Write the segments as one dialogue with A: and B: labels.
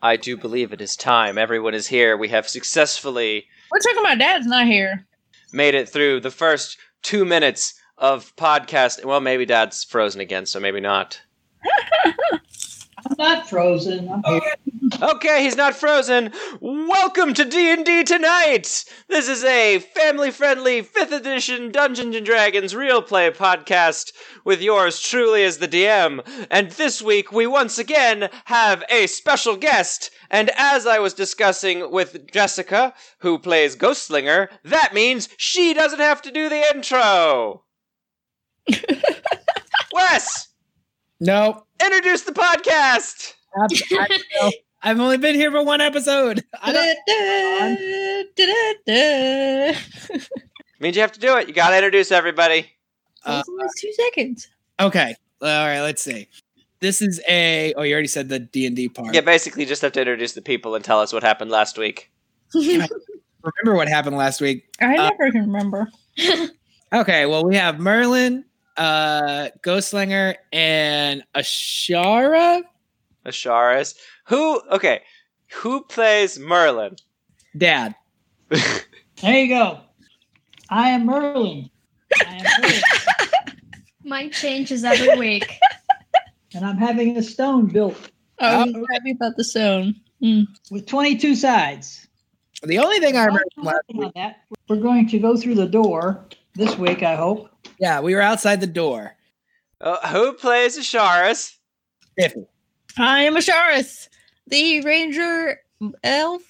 A: I do believe it is time. Everyone is here. We have successfully
B: We're talking about dad's not here.
A: made it through the first two minutes of podcast. Well, maybe Dad's frozen again, so maybe not.
C: I'm not frozen. I'm here.
A: Okay, he's not frozen. Welcome to D and D tonight. This is a family-friendly fifth edition Dungeons and Dragons real play podcast with yours truly as the DM. And this week we once again have a special guest. And as I was discussing with Jessica, who plays Ghostslinger, that means she doesn't have to do the intro. Wes,
D: No,
A: introduce the podcast.
D: ab- I, no. I've only been here for one episode. I don't,
B: Da-da-da-da-da.
A: Means you have to do it. You gotta introduce everybody.
D: Uh,
B: It's almost two seconds.
D: okay, all right. Let's see. This is a. Oh, you already said the D and D part.
A: Yeah, basically just have to introduce the people and tell us what happened last week.
D: Remember what happened last week?
B: I
D: Uh,
B: never can remember.
D: Okay. Well, we have Merlin, uh, Ghostslinger, and Ashara
A: Asharis. Who okay. Who plays Merlin?
D: Dad.
C: There you go. I am Merlin. I am Merlin.
E: Mine changes every week.
C: and I'm having a stone built
B: I was
D: Oh.
B: happy about the stone.
C: with 22 sides.
D: The only thing I
C: I'm
D: remember from last
C: working
D: week.
C: on that. We're going to go through the door this week, I hope.
D: Yeah, we were outside the door.
A: Uh, who plays Asharis?
D: Biffy.
B: I am Asharis, the ranger elf.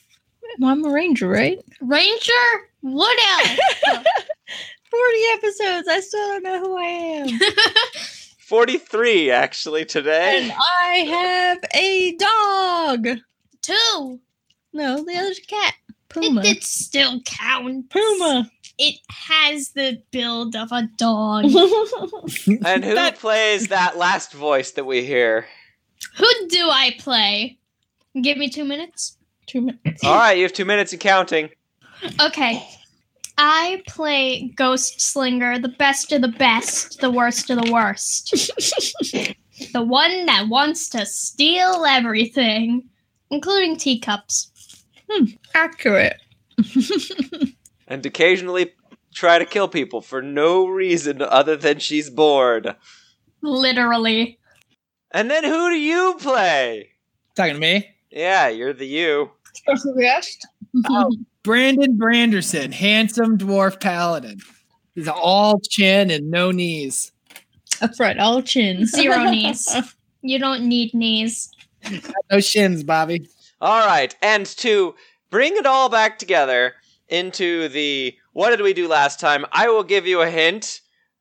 B: I'm a ranger, right?
E: Ranger, what else?
B: 40 episodes. I still don't know who I am.
A: Forty-three actually
B: and
A: today.
B: I have a dog.
E: Two.
B: No, the other's a cat. Puma.
E: It, it still counts.
B: Puma.
E: It has the build of a dog.
A: And who
D: That-
A: plays that last voice that we hear?
E: Who do I play? Give me two minutes.
B: Two minutes.
A: All right, you have two minutes and counting.
E: Okay. I play Ghost Slinger, the best of the best, the worst of the worst. the one that wants to steal everything, including teacups.
B: Accurate.
A: And occasionally try to kill people for no reason other than she's bored.
E: Literally.
A: And then who do you play?
D: Talking to me,
A: Yeah, you're the you.
B: Mm-hmm.
D: Oh. Brandon Branderson, handsome dwarf paladin. He's all chin and no knees.
B: That's right. All chins.
E: Zero knees. You don't need knees.
D: No shins, Bobby.
A: All right, and to bring it all back together into the what did we do last time? I will give you a hint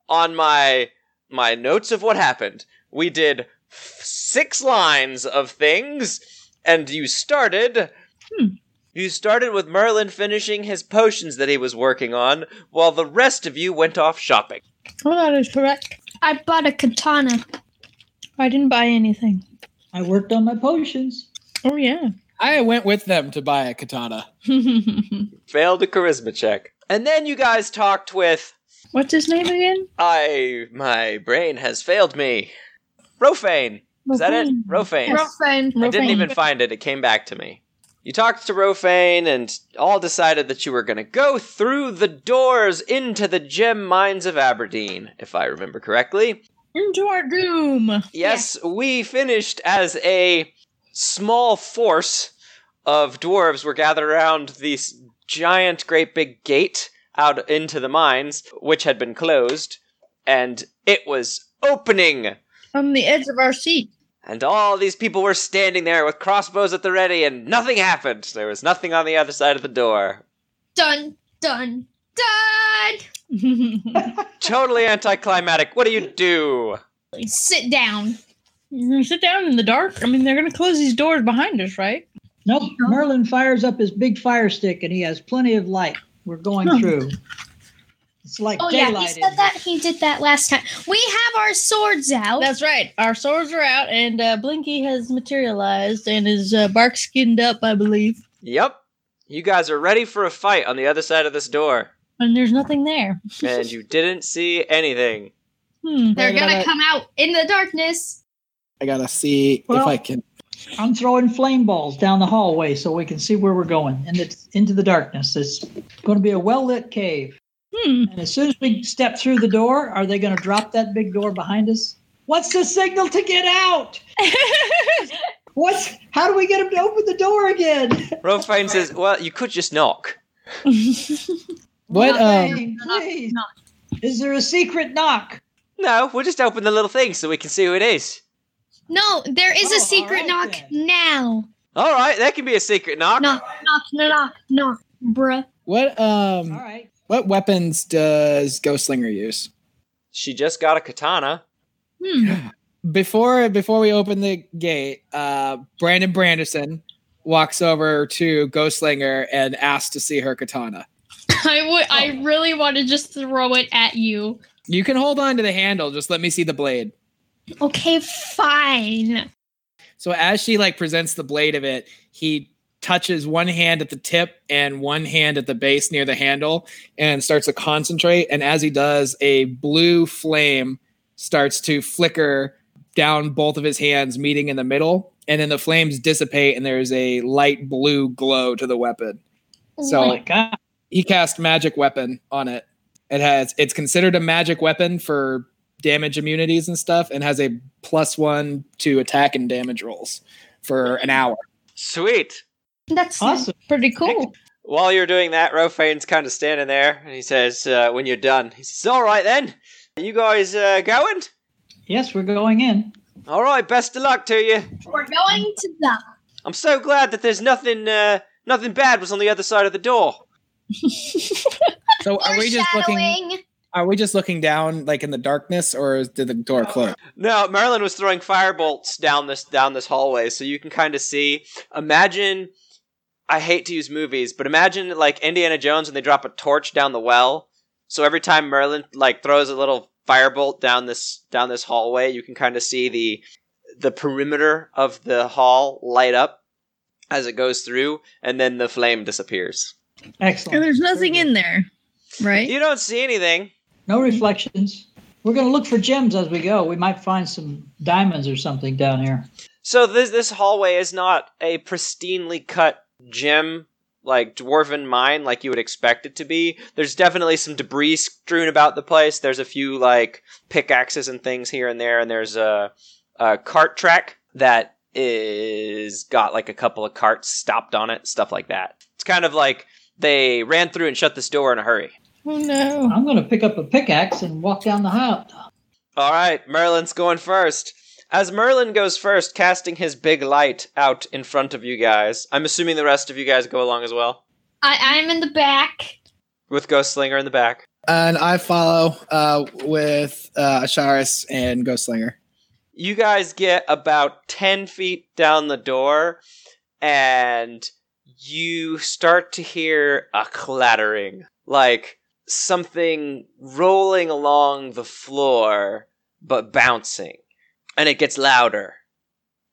A: on my my notes of what happened. We did f- six lines of things, and you started.
B: Hmm.
A: You started with Merlin finishing his potions that he was working on, while the rest of you went off shopping.
B: Oh, that is correct.
E: I bought a katana.
B: I didn't buy anything.
C: I worked on my potions.
B: Oh, yeah.
D: I went with them to buy a katana.
A: Failed a charisma check, and then you guys talked with
B: What's his name again?
A: I. My brain has failed me. Rofane. Is that it? Rofane.
B: Yes.
E: Girlfriend.
A: I didn't
B: Rofane.
A: even find it. It came back to me. You talked to Rofane and all decided that you were going to go through the doors into the gem mines of Aberdeen, if I remember correctly.
B: Into our doom.
A: Yes, we finished as a small force of dwarves were gathered around this giant, great big gate out into the mines, which had been closed, and it was opening.
B: On the edge of our seat.
A: And all these people were standing there with crossbows at the ready, and nothing happened. There was nothing on the other side of the door.
E: Dun, dun, dun.
B: You're
A: Totally anticlimactic. What do you do?
E: Sit down.
B: gonna sit down in the dark. I mean, they're gonna close these doors behind us, right?
C: Nope. Merlin fires up his big fire stick and he has plenty of light. We're going
B: Hmm.
C: through. It's like
E: Oh yeah, he
C: daylight.
E: said
C: in
E: that
C: here.
E: he did that last time. We have our swords out.
B: That's right. Our swords are out, and uh, Blinky has materialized and is uh, bark skinned up, I believe.
A: Yep. You guys are ready for a fight on the other side of this door,
B: And there's nothing there.
A: and you didn't see anything.
B: Hmm.
E: They're
D: Wait a
E: gonna
D: minute.
E: come out in the darkness.
D: I gotta see
C: Well-
D: if I can.
C: I'm throwing flame balls down the hallway so we can see where we're going and it's into the darkness. It's going to be a well lit cave.
B: Hmm.
C: And as soon as we step through the door, are they going to drop that big door behind us? What's the signal to get out? What's how do we get them to open the door again?
A: Rofane says, well, you could just knock.
D: What? Um,
C: Hey, please. Is there a secret knock?
A: No, we'll just open the little thing so we can see who it is.
E: No, there is
C: Oh, all
E: a secret
C: right
E: knock
C: then.
E: now.
A: All right, that can be a secret knock.
E: Knock, knock, knock, knock, bruh.
D: what?
C: All
D: Um,
C: right.
D: what weapons does Ghostslinger use?
A: She just got a katana.
E: Hmm.
D: Before before we open the gate, uh, Brandon Branderson walks over to Ghostslinger and asks to see her katana.
E: I would. I really want to just throw it at you.
D: You can hold on to the handle. Just let me see the blade.
E: Okay, fine.
D: So as she like presents the blade of it, he touches one hand at the tip and one hand at the base near the handle and starts to concentrate. And as he does, a blue flame starts to flicker down both of his hands, meeting in the middle. And then the flames dissipate, and there's a light blue glow to the weapon. So-
C: Oh
E: Like,
C: my god.
D: He cast magic weapon on it. It has it's considered a magic weapon for damage immunities and stuff, and has a plus one to attack and damage rolls for an hour.
A: Sweet.
E: that's
C: Awesome.
B: Pretty cool.
A: While you're doing that, Rofane's kind of standing there, and he says, uh, when you're done, he says, all right then, you guys uh, going?
C: Yes, we're going in.
A: All right, best of luck to you.
E: We're going to the.
A: I'm so glad that there's nothing, uh, nothing bad was on the other side of the door.
D: So are we just looking?
E: foreshadowing.
D: Are we just looking down, like in the darkness, or is- did the door
E: Oh.
D: close?
A: No, Marilyn was throwing firebolts down this down this hallway, so you can kind of see. Imagine, I hate to use movies, but imagine like Indiana Jones when they drop a torch down the well. So every time Merlin like throws a little firebolt down this down this hallway, you can kind of see the the perimeter of the hall light up as it goes through, and then the flame disappears.
C: Excellent.
B: And there's nothing in there, right?
A: You don't see anything.
C: No reflections. We're going to look for gems as we go. We might find some diamonds or something down here.
A: So this this hallway is not a pristinely cut gem like dwarven mine like you would expect it to be. There's definitely some debris strewn about the place. There's a few like pickaxes and things here and there, and there's a, a cart track that is got like a couple of carts stopped on it, stuff like that. It's kind of like they ran through and shut this door in a hurry.
B: Oh no.
C: I'm going to pick up a pickaxe and walk down the house.
A: All right, Merlin's going first. As Merlin goes first, casting his big light out in front of you guys, I'm assuming the rest of you guys go along as well,
E: I, I'm in the back.
A: with Ghostslinger in the back.
D: And I follow uh, with uh, Asharis and Ghostslinger.
A: You guys get about 10 feet down the door, and you start to hear a clattering like something rolling along the floor, but bouncing. And it gets louder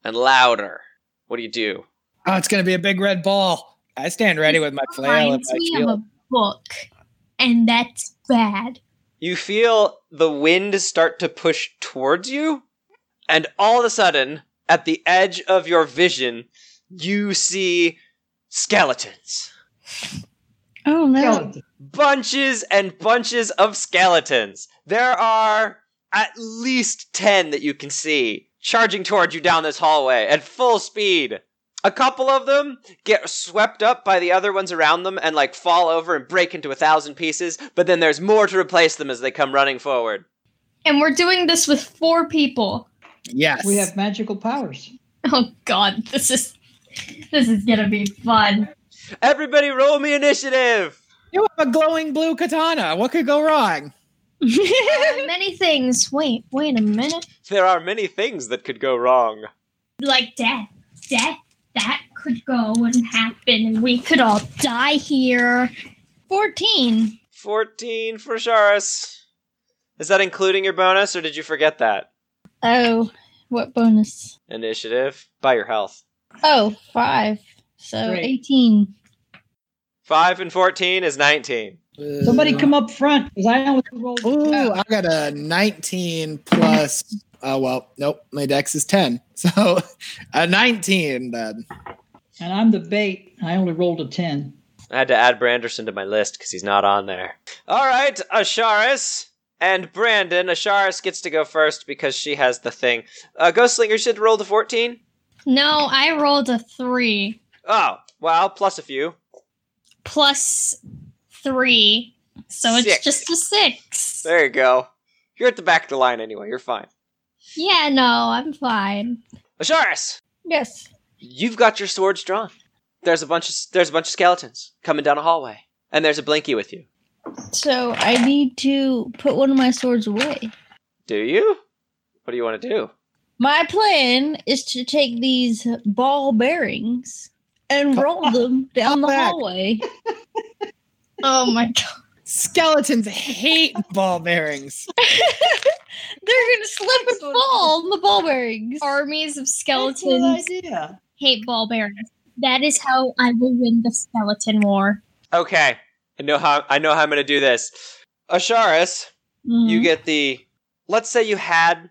A: and louder. What do you do?
D: Oh, it's gonna be a big red ball. I stand ready with my flail and
E: Reminds
D: my
E: me of
D: shield.
E: a book, and that's bad.
A: You feel the wind start to push towards you, and all of a sudden, at the edge of your vision, you see skeletons.
B: Oh no.
C: Skeleton.
A: Bunches and bunches of skeletons. There are at least 10 that you can see charging toward you down this hallway at full speed. A couple of them get swept up by the other ones around them and like fall over and break into a thousand pieces, but then there's more to replace them as they come running forward.
E: And we're doing this with four people.
D: Yes.
C: We have magical powers.
E: Oh god, this is this is gonna be fun.
A: Everybody roll me initiative!
D: you have a glowing blue katana. What could go wrong?
E: Uh, many things. Wait, wait a minute.
A: There are many things that could go wrong.
E: Like death. Death that could go and happen and we could all die here. Fourteen.
A: 14 for Sharis. Is that including your bonus, or did you forget that?
B: oh, what bonus?
A: Initiative. By your health.
B: Oh, five. So
C: Great.
B: 18.
A: 5 and 14 is 19.
C: Somebody come up front because I almost rolled.
D: Ooh, I got a 19 plus. Oh well, nope. My dex is 10, so a 19 then.
C: And I'm the bait. I only rolled a 10.
A: I had to add Branderson to my list because he's not on there. All right, Asharis and Brandon. Asharis gets to go first because she has the thing. Uh, Ghostslinger, you should roll to 14?
E: No, I rolled a three
A: Oh, well, plus a few.
E: plus three, so it's
A: Six.
E: just a six.
A: There you go. You're at the back of the line anyway. You're fine.
E: Yeah, no, I'm fine.
A: Asharis,
B: Yes.
A: you've got your swords drawn. There's a bunch of there's a bunch of skeletons coming down a hallway, and there's a blinky with you.
B: So I need to put one of my swords away.
A: Do you? What do you want to do?
B: My plan is to take these ball bearings and roll them down the
D: back.
B: hallway.
E: Oh my god.
D: Skeletons hate ball bearings.
B: They're gonna slip and fall on the ball bearings.
E: Armies of
C: That's a good
E: skeletons
C: idea.
E: hate ball bearings. That is how I will win the skeleton war.
A: Okay, I know how I know how I'm going to do this. Asharis,
B: Mm,
A: you get the let's say you had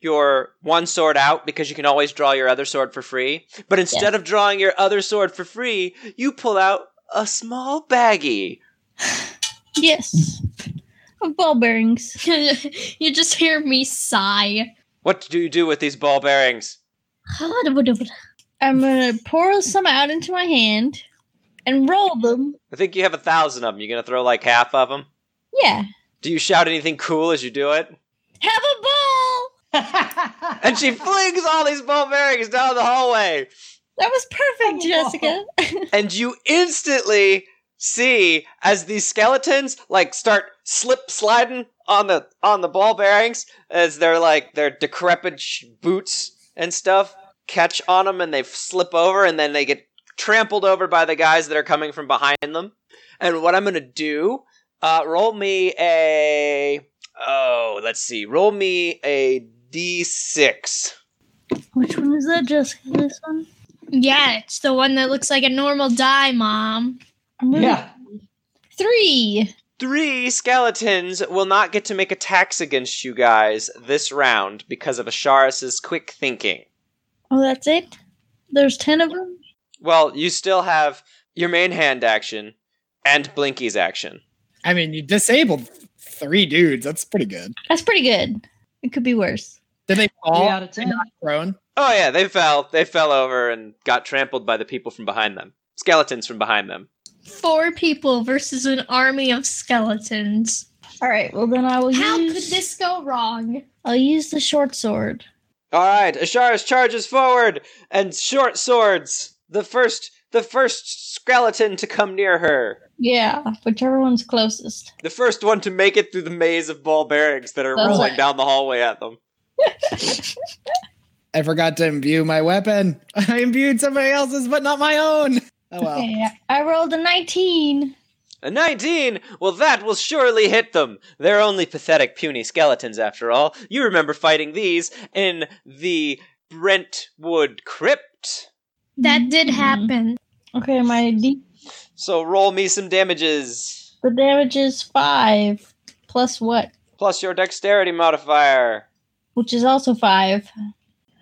A: your one sword out because you can always draw your other sword for free but instead of drawing your other sword for free you pull out a small baggie
B: yes, of ball bearings.
E: you just hear me sigh.
A: what do you do with these ball bearings
B: I'm gonna pour some out into my hand and roll them.
A: i think you have a thousand of them you're gonna throw like half of them
B: Yeah,
A: do you shout anything cool as you do it
B: have a ball.
A: and she flings all these ball bearings down the hallway
B: That was perfect,
C: Have a
B: Jessica.
C: ball.
A: and you instantly see as these skeletons like start slip sliding on the on the ball bearings as they're like their decrepit sh- boots and stuff catch on them and they slip over and then they get trampled over by the guys that are coming from behind them and what i'm gonna do uh roll me a oh let's see roll me a d6
B: Which one is that, Jessica? This one?
E: Yeah, it's the one that looks like a normal die, Mom.
B: I'm really-
C: yeah.
B: Three.
A: Three skeletons will not get to make attacks against you guys this round because of Asharis's quick thinking.
B: Oh, that's it. There's ten of them.
A: Well, you still have your main hand action and Blinky's action.
D: I mean, you disabled three dudes. That's pretty good.
B: That's pretty good. It could be worse.
D: Did they
C: Three
D: fall?
C: out of 10.
D: Prone?
A: Oh yeah, they fell. They fell over and got trampled by the people from behind them. Skeletons from behind them.
E: Four people versus an army of skeletons.
B: All right. Well, then I will
E: How could
B: use.
E: this go wrong?
B: I'll use the short sword.
A: All right, Asharis charges forward and short swords the first the first skeleton to come near her.
B: Yeah, whichever one's closest.
A: The first one to make it through the maze of ball bearings that are
B: That's
A: rolling
B: it.
A: down the hallway at them.
D: I forgot to imbue my weapon. I imbued somebody else's, but not my own. Oh well.
B: Okay, I rolled a nineteen.
A: A 19? Well, that will surely hit them. They're only pathetic, puny skeletons, after all. You remember fighting these in the Brentwood Crypt.
E: That did
B: Mhm.
E: happen.
B: Okay, my d-
A: So roll me some damages.
B: the damage is five plus what,
A: Plus your dexterity modifier.
B: which is also five.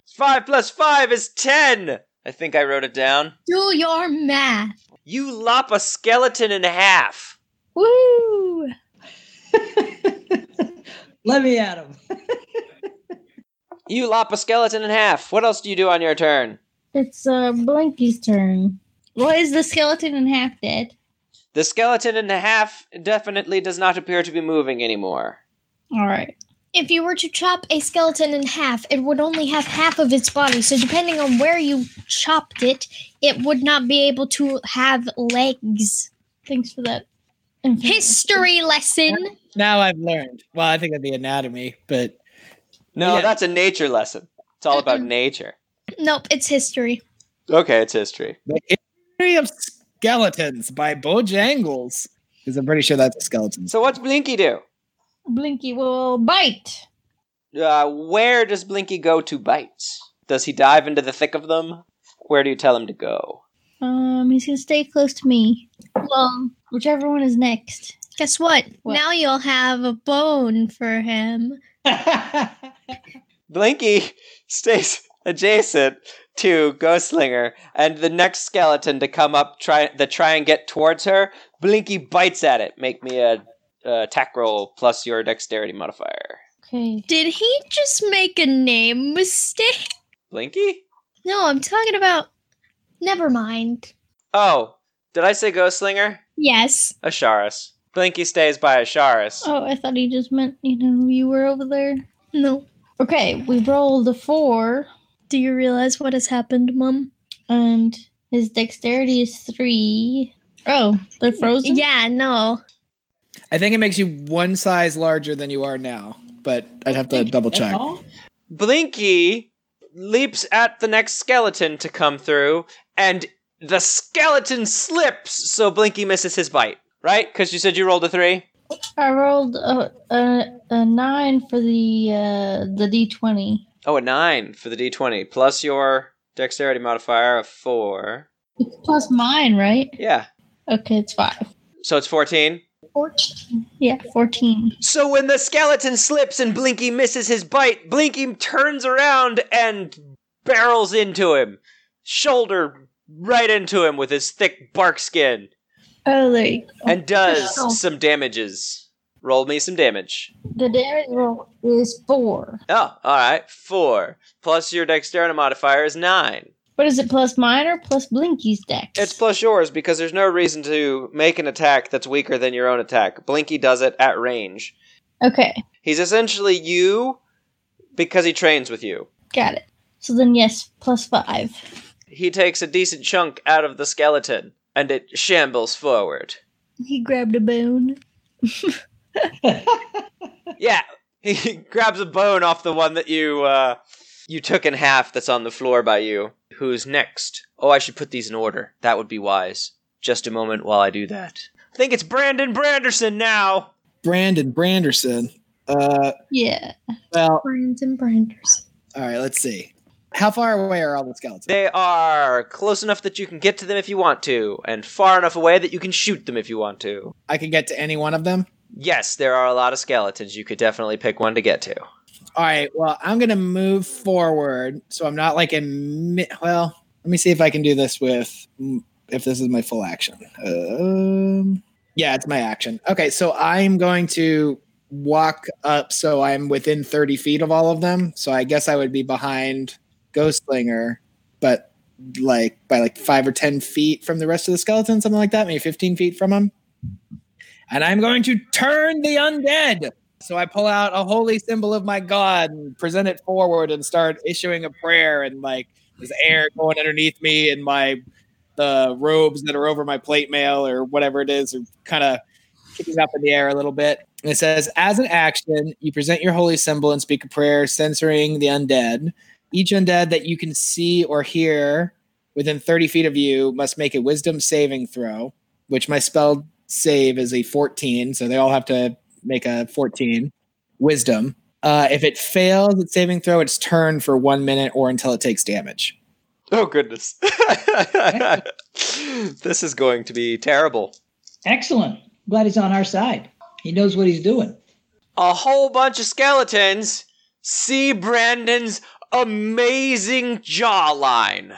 A: 5 plus 5 is 10! I think I wrote it down.
E: Do your math.
A: You lop a skeleton in half.
B: Woo!
C: Let me at him.
A: You lop a skeleton in half. What else do you do on your turn?
B: It's uh Blinky's turn. Well, is the skeleton in half dead?
A: The skeleton in half definitely does not appear to be moving anymore.
B: All right.
E: If you were to chop a skeleton in half, it would only have half of its body. So, depending on where you chopped it, it would not be able to have legs.
B: Thanks for that. information.
E: History lesson.
D: Now I've learned. Well, I think of the anatomy, but
A: No,
D: Yeah.
A: that's a nature lesson. It's all about
E: Mm-mm.
A: nature.
E: Nope, it's history.
A: Okay, it's history.
D: the history of skeletons by Bojangles. Because I'm pretty sure that's a skeleton.
A: So what's Blinky do?
B: Blinky will bite.
A: Uh, where does Blinky go to bite? Does he dive into the thick of them? Where do you tell him to go?
B: Um, he's gonna stay close to me.
E: Well,
B: Whichever one is next.
E: Guess what?
B: What?
E: Now you'll have a bone for him.
A: Blinky stays adjacent to Ghostslinger, and the next skeleton to come up try to try and get towards her, Blinky bites at it. Make me a, a attack roll plus your dexterity modifier.
B: Okay.
E: Did he just make a name mistake?
A: Blinky?
E: No, I'm talking about. Never mind.
A: Oh, did I say Ghostslinger?
E: Yes.
A: Asharis. Blinky stays by Asharis.
B: Oh, I thought he just meant, you know, you were over there.
E: No.
B: Okay, we rolled a four,
E: Do you realize what has happened, Mum?
B: and his dexterity is three. Oh, they're frozen?
E: Yeah, no.
D: I think it makes you one size larger than you are now, but I'd have to double
C: That's
D: check.
C: all?
A: Blinky leaps at the next skeleton to come through, and the skeleton slips, so Blinky misses his bite. Right? Because you said you rolled a three.
B: I rolled a, a, a nine for the uh, the d20.
A: Oh, a nine for the d20 plus your dexterity modifier of four.
B: It's plus mine, right?
A: Yeah,
B: Okay, it's five.
A: so it's 14.
B: 14. Yeah, 14.
A: So when the skeleton slips and Blinky misses his bite, Blinky turns around and barrels into him, shoulder right into him with his thick bark skin,
B: Oh, there you go.
A: and
B: Oh.
A: does some damages. Roll me some damage.
B: The damage roll is four.
A: Oh, all right, four plus your dexterity modifier is nine.
B: But is it plus mine or plus Blinky's dex?
A: It's plus yours because there's no reason to make an attack that's weaker than your own attack. Blinky does it at range.
B: okay,
A: He's essentially you because he trains with you.
B: got it. So then, yes, plus five.
A: He takes a decent chunk out of the skeleton and it shambles forward.
E: He grabbed a bone.
A: Yeah, he grabs a bone off the one that you uh, you took in half that's on the floor by you. Who's next? Oh, I should put these in order. That would be wise. Just a moment while I do that. I think it's Brandon Branderson now.
D: Brandon Branderson. Uh,
B: Yeah.
D: well,
E: Brandon Branders.
D: all right, let's see. How far away are all the skeletons?
A: They are close enough that you can get to them if you want to, and far enough away that you can shoot them if you want to.
D: I could get to any one of them.
A: Yes, there are a lot of skeletons. You could definitely pick one to get to.
D: All right, well, I'm going to move forward. So I'm not like a. Mi- well, let me see if I can do this with. mm, If this is my full action. Um, yeah, it's my action. Okay, so I'm going to walk up so I'm within 30 feet of all of them. So I guess I would be behind Ghostlinger, but like by like five or 10 feet from the rest of the skeleton, something like that, maybe 15 feet from him. And I'm going to turn the undead. So I pull out a holy symbol of my God and present it forward and start issuing a prayer and like there's air going underneath me and my the robes that are over my plate mail or whatever it is are kind of kicking up in the air a little bit. And it says, as an action, you present your holy symbol and speak a prayer censoring the undead. Each undead that you can see or hear within 30 feet of you must make a wisdom saving throw, which my spell save is a 14. So they all have to make a 14 wisdom. Uh, if it fails at saving throw, it's turned for one minute or until it takes damage.
A: Oh goodness. this is going to be terrible.
C: Excellent. Glad he's on our side. He knows what he's doing.
A: A whole bunch of skeletons see Brandon's amazing jawline.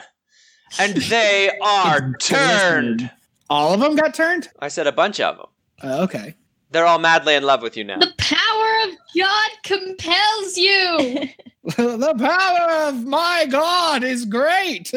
A: And they are turned.
D: All of them got turned?
A: I said a bunch of them.
D: Uh, okay.
A: They're all madly in love with you now.
E: The power of God compels you.
D: the power of my God is great.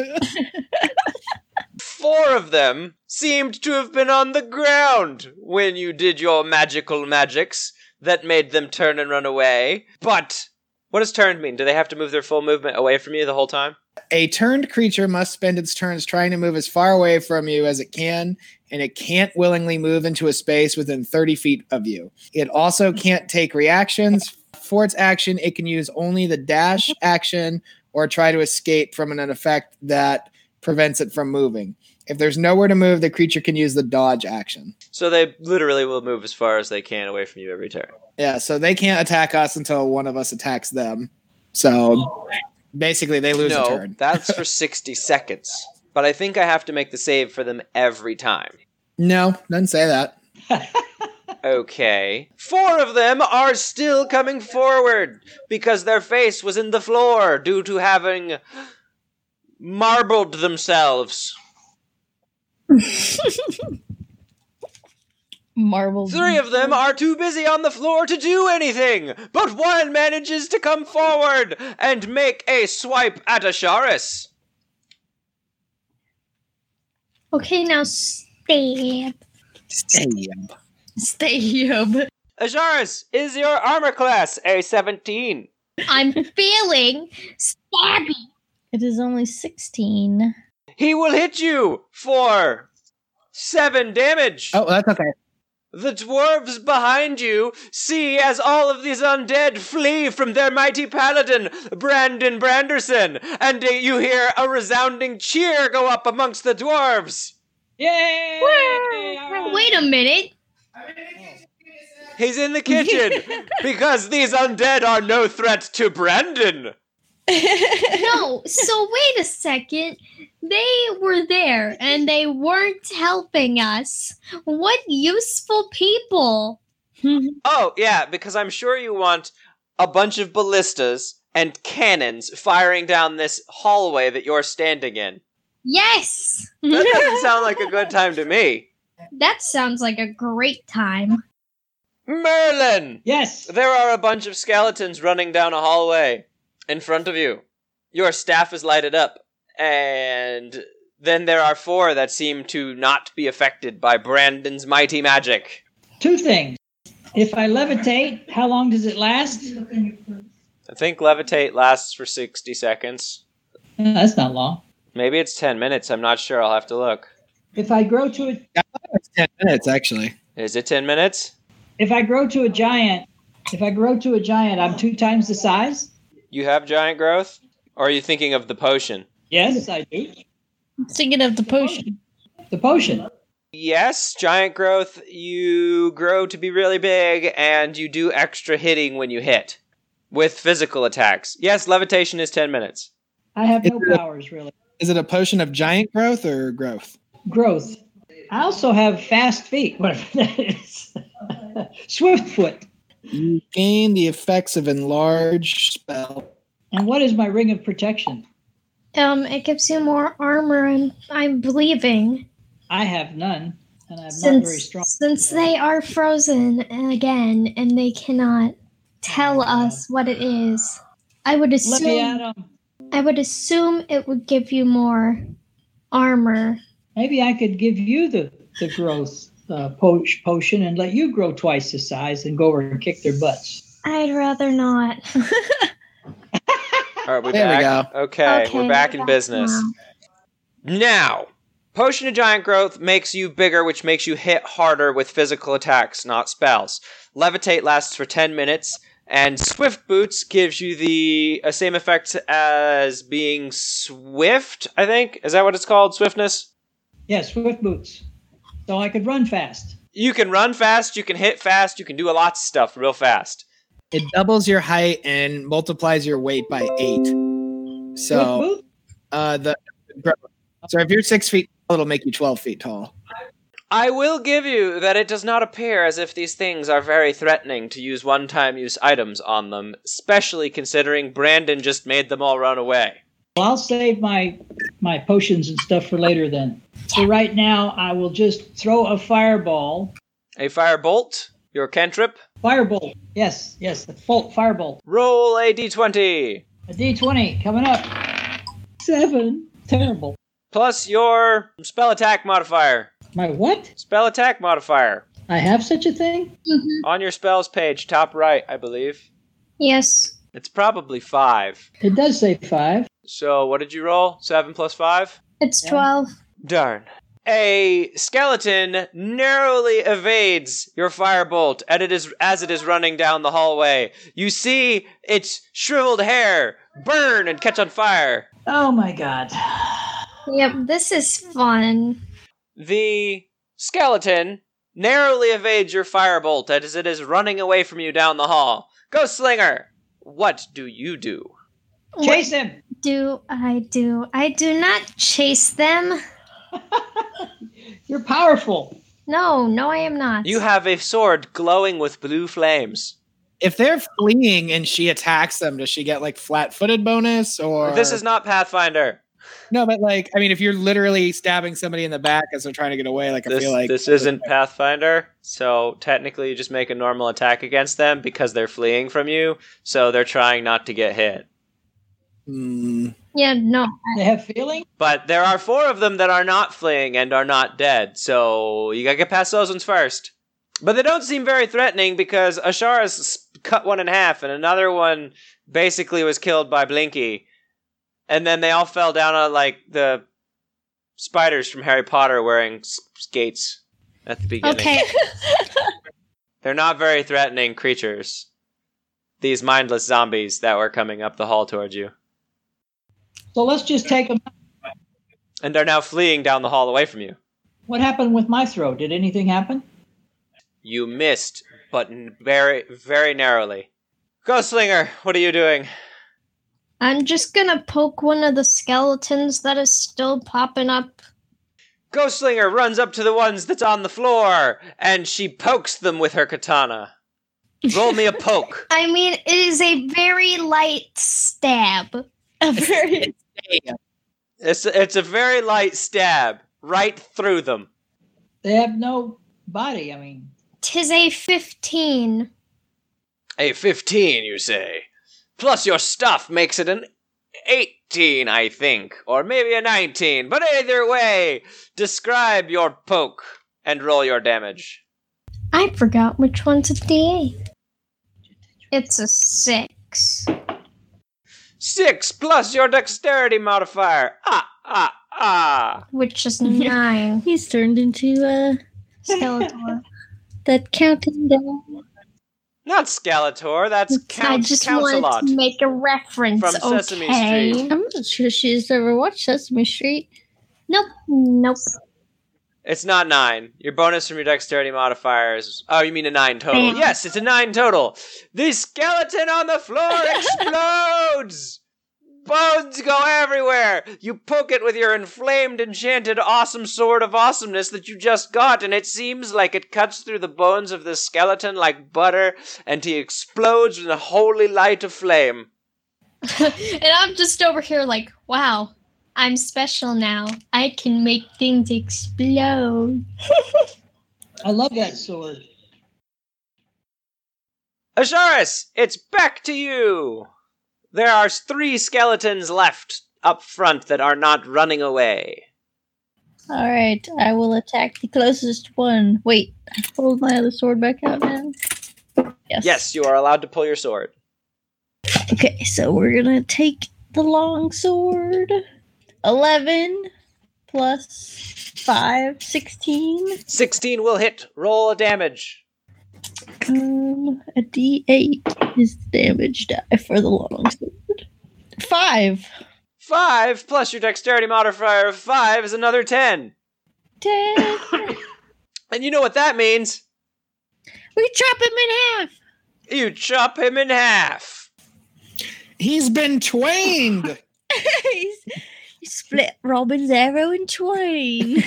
A: Four of them seemed to have been on the ground when you did your magical magics that made them turn and run away. But what does turned mean? Do they have to move their full movement away from you the whole time?
D: a turned creature must spend its turns trying to move as far away from you as it can, and it can't willingly move into a space within 30 feet of you. It also can't take reactions. For its action, it can use only the dash action or try to escape from an effect that prevents it from moving. If there's nowhere to move, the creature can use the dodge action.
A: So they literally will move as far as they can away from you every turn.
D: Yeah, so they can't attack us until one of us attacks them. So basically, they lose
A: no,
D: a turn.
A: that's for 60 seconds. But I think I have to make the save for them every time.
D: No, doesn't say that.
A: Okay. Four of them are still coming forward because their face was in the floor due to having marbled themselves.
B: Marvel.
A: Three of them are too busy on the floor to do anything, but one manages to come forward and make a swipe at Asharis.
E: Okay, now stab.
B: Stay here. but-
A: Asharis, is your armor class a 17?
E: I'm feeling stabby.
B: It is only 16.
A: He will hit you for seven damage.
D: Oh, that's okay.
A: The dwarves behind you see as all of these undead flee from their mighty paladin, Brandon Branderson, and uh, you hear a resounding cheer go up amongst the dwarves.
C: Yay! All right.
E: Wait a minute.
A: He's in the kitchen because these undead are no threat to Brandon.
E: No, so wait a second. They were there and they weren't helping us. What useful people.
A: Oh, yeah, because I'm sure you want a bunch of ballistas and cannons firing down this hallway that you're standing in.
E: Yes,
A: That doesn't sound like a good time to me.
E: that sounds like a great time.
A: Merlin!
C: Yes.
A: There are a bunch of skeletons running down a hallway in front of you. Your staff is lighted up, and then there are four that seem to not be affected by Brandon's mighty magic.
C: Two things. If I levitate, how long does it last?
A: I think levitate lasts for 60 seconds.
C: Uh, That's not long.
A: Maybe it's 10 minutes, I'm not sure, I'll have to look.
C: If I grow to a
D: That's ten minutes actually.
A: Is it 10 minutes?
C: if I grow to a giant, if I grow to a giant, I'm two times the size.
A: You have giant growth? Or are you thinking of the potion?
C: Yes, I do.
B: Thinking of the potion.
C: The potion.
A: Yes, giant growth, you grow to be really big and you do extra hitting when you hit with physical attacks. Yes, levitation is 10 minutes.
C: I have no
D: It's a-
C: powers really.
D: Is it a potion of giant growth or growth?
C: Growth. I also have fast feet, whatever that is. Swift foot.
D: You gain the effects of enlarge spell.
C: And what is my ring of protection?
E: Um, it gives you more armor, and I'm believing.
C: I have none, and I'm not very
E: Since,
C: strong.
E: since they are frozen again and they cannot tell us what it is, I would
C: Oh, Let me add
E: assume
C: um,
E: I would assume it would give you more armor.
C: Maybe I could give you the the growth uh, po- potion and let you grow twice the size and go over and kick their butts.
E: I'd rather not.
A: All right, we're
D: There we
A: back. Okay, we're back in business.
E: now.
A: Now, Potion of Giant Growth makes you bigger, which makes you hit harder with physical attacks, not spells. Levitate lasts for 10 minutes, and Swift Boots gives you the uh, same effect as being swift, I think. Is that what it's called? Swiftness?
C: Yeah, swift boots. So I could run fast.
A: You can run fast, you can hit fast, you can do a lot of stuff real fast.
D: It doubles your height and multiplies your weight by eight. So
C: Swift boot?
D: uh, the growth. So if you're six feet tall, it'll make you twelve feet tall.
A: I will give you that it does not appear as if these things are very threatening to use one time use items on them, especially considering Brandon just made them all run away.
C: Well, I'll save my my potions and stuff for later then. So right now I will just throw a fireball.
A: A firebolt, your cantrip.
C: Firebolt. Yes, yes, the bolt, firebolt.
A: Roll a d20
C: A D20 coming up. Seven. Terrible.
A: plus your spell attack modifier.
C: My what?
A: Spell attack modifier
C: I have such a thing?
E: Mhm.
A: on your spells page, top right, I believe.
E: Yes.
A: It's probably five.
C: It does say five.
A: So what did you roll? Seven plus five.
E: It's
C: Yeah.
E: 12.
A: Darn. A skeleton narrowly evades your firebolt and it is as it is running down the hallway. You see its shriveled hair burn and catch on fire.
C: Oh my god.
E: Yep, this is fun.
A: the skeleton narrowly evades your firebolt as it is running away from you down the hall. Ghost Slinger, what do you do?
C: Chase him.
E: What do I do? I do not chase them.
C: You're powerful.
E: No, no, I am not.
A: You have a sword glowing with blue flames.
D: If they're fleeing and she attacks them, does she get like flat-footed bonus or
A: This is not Pathfinder.
D: no? But like, I mean, if you're literally stabbing somebody in the back as they're trying to get away, like I
A: This
D: feel like
A: this isn't Pathfinder. So technically, you just make a normal attack against them because they're fleeing from you. So they're trying not to get hit.
D: Hmm.
E: yeah, no.
C: They have feeling.
A: But there are four of them that are not fleeing and are not dead. So you gotta get past those ones first. But they don't seem very threatening because Ashara's s- cut one in half, and another one basically was killed by Blinky. And then they all fell down on like the spiders from Harry Potter wearing s- skates at the beginning.
E: Okay,
A: They're not very threatening creatures. These mindless zombies that were coming up the hall towards you.
C: So let's just take them.
A: And are now fleeing down the hall away from you.
C: What happened with my throw? Did anything happen?
A: You missed, but n- very, very narrowly. Ghostslinger, what are you doing?
E: I'm just gonna poke one of the skeletons that is still popping up.
A: Ghostslinger runs up to the ones that's on the floor, and she pokes them with her katana. Roll me a poke.
E: I mean, it is a very light stab.
B: A very
A: It's it's a very light stab right through them.
C: They have no body. I mean,
E: Tis a 15.
A: A 15, you say? Plus your stuff makes it an 18, I think. Or maybe a 19. But either way, describe your poke and roll your damage.
E: I forgot which one's a D8. It's a 6.
A: 6 plus your dexterity modifier. Ah, ah, ah.
E: Which is 9.
B: he's turned into uh
E: Skeletor.
B: that counting down.
A: Not Skeletor, that's
E: I
A: Count
E: just wanted
A: Councelot.
E: to make a reference.
A: From
E: okay.
A: Sesame Street.
B: I'm not sure she's ever watched Sesame Street.
E: Nope. Nope.
A: It's not 9. Your bonus from your dexterity modifier is. Oh, you mean a 9 total.
E: Bam.
A: Yes, it's a 9 total. The skeleton on the floor explodes! Bones go everywhere! You poke it with your inflamed, enchanted, awesome sword of awesomeness that you just got, and it seems like it cuts through the bones of the skeleton like butter, and he explodes in a holy light of flame.
E: and I'm just over here like, wow, I'm special now. I can make things explode.
C: I love that sword.
A: Asharis, it's back to you! There are three skeletons left up front that are not running away.
B: All right, I will attack the closest one. Wait, I pulled my other sword back out now. Yes.
A: Yes, you are allowed to pull your sword.
B: Okay, so we're gonna take the long sword. 11 plus 5, 16.
A: 16 will hit. Roll a damage.
B: Um, a d8 is the damage die for the long sword. 5,
A: 5 plus your dexterity modifier of 5 is another 10.
B: 10.
A: And you know what that means?
B: we chop him in half.
A: You chop him in half.
D: he's been twained.
B: He's- you split Robin's arrow in twain.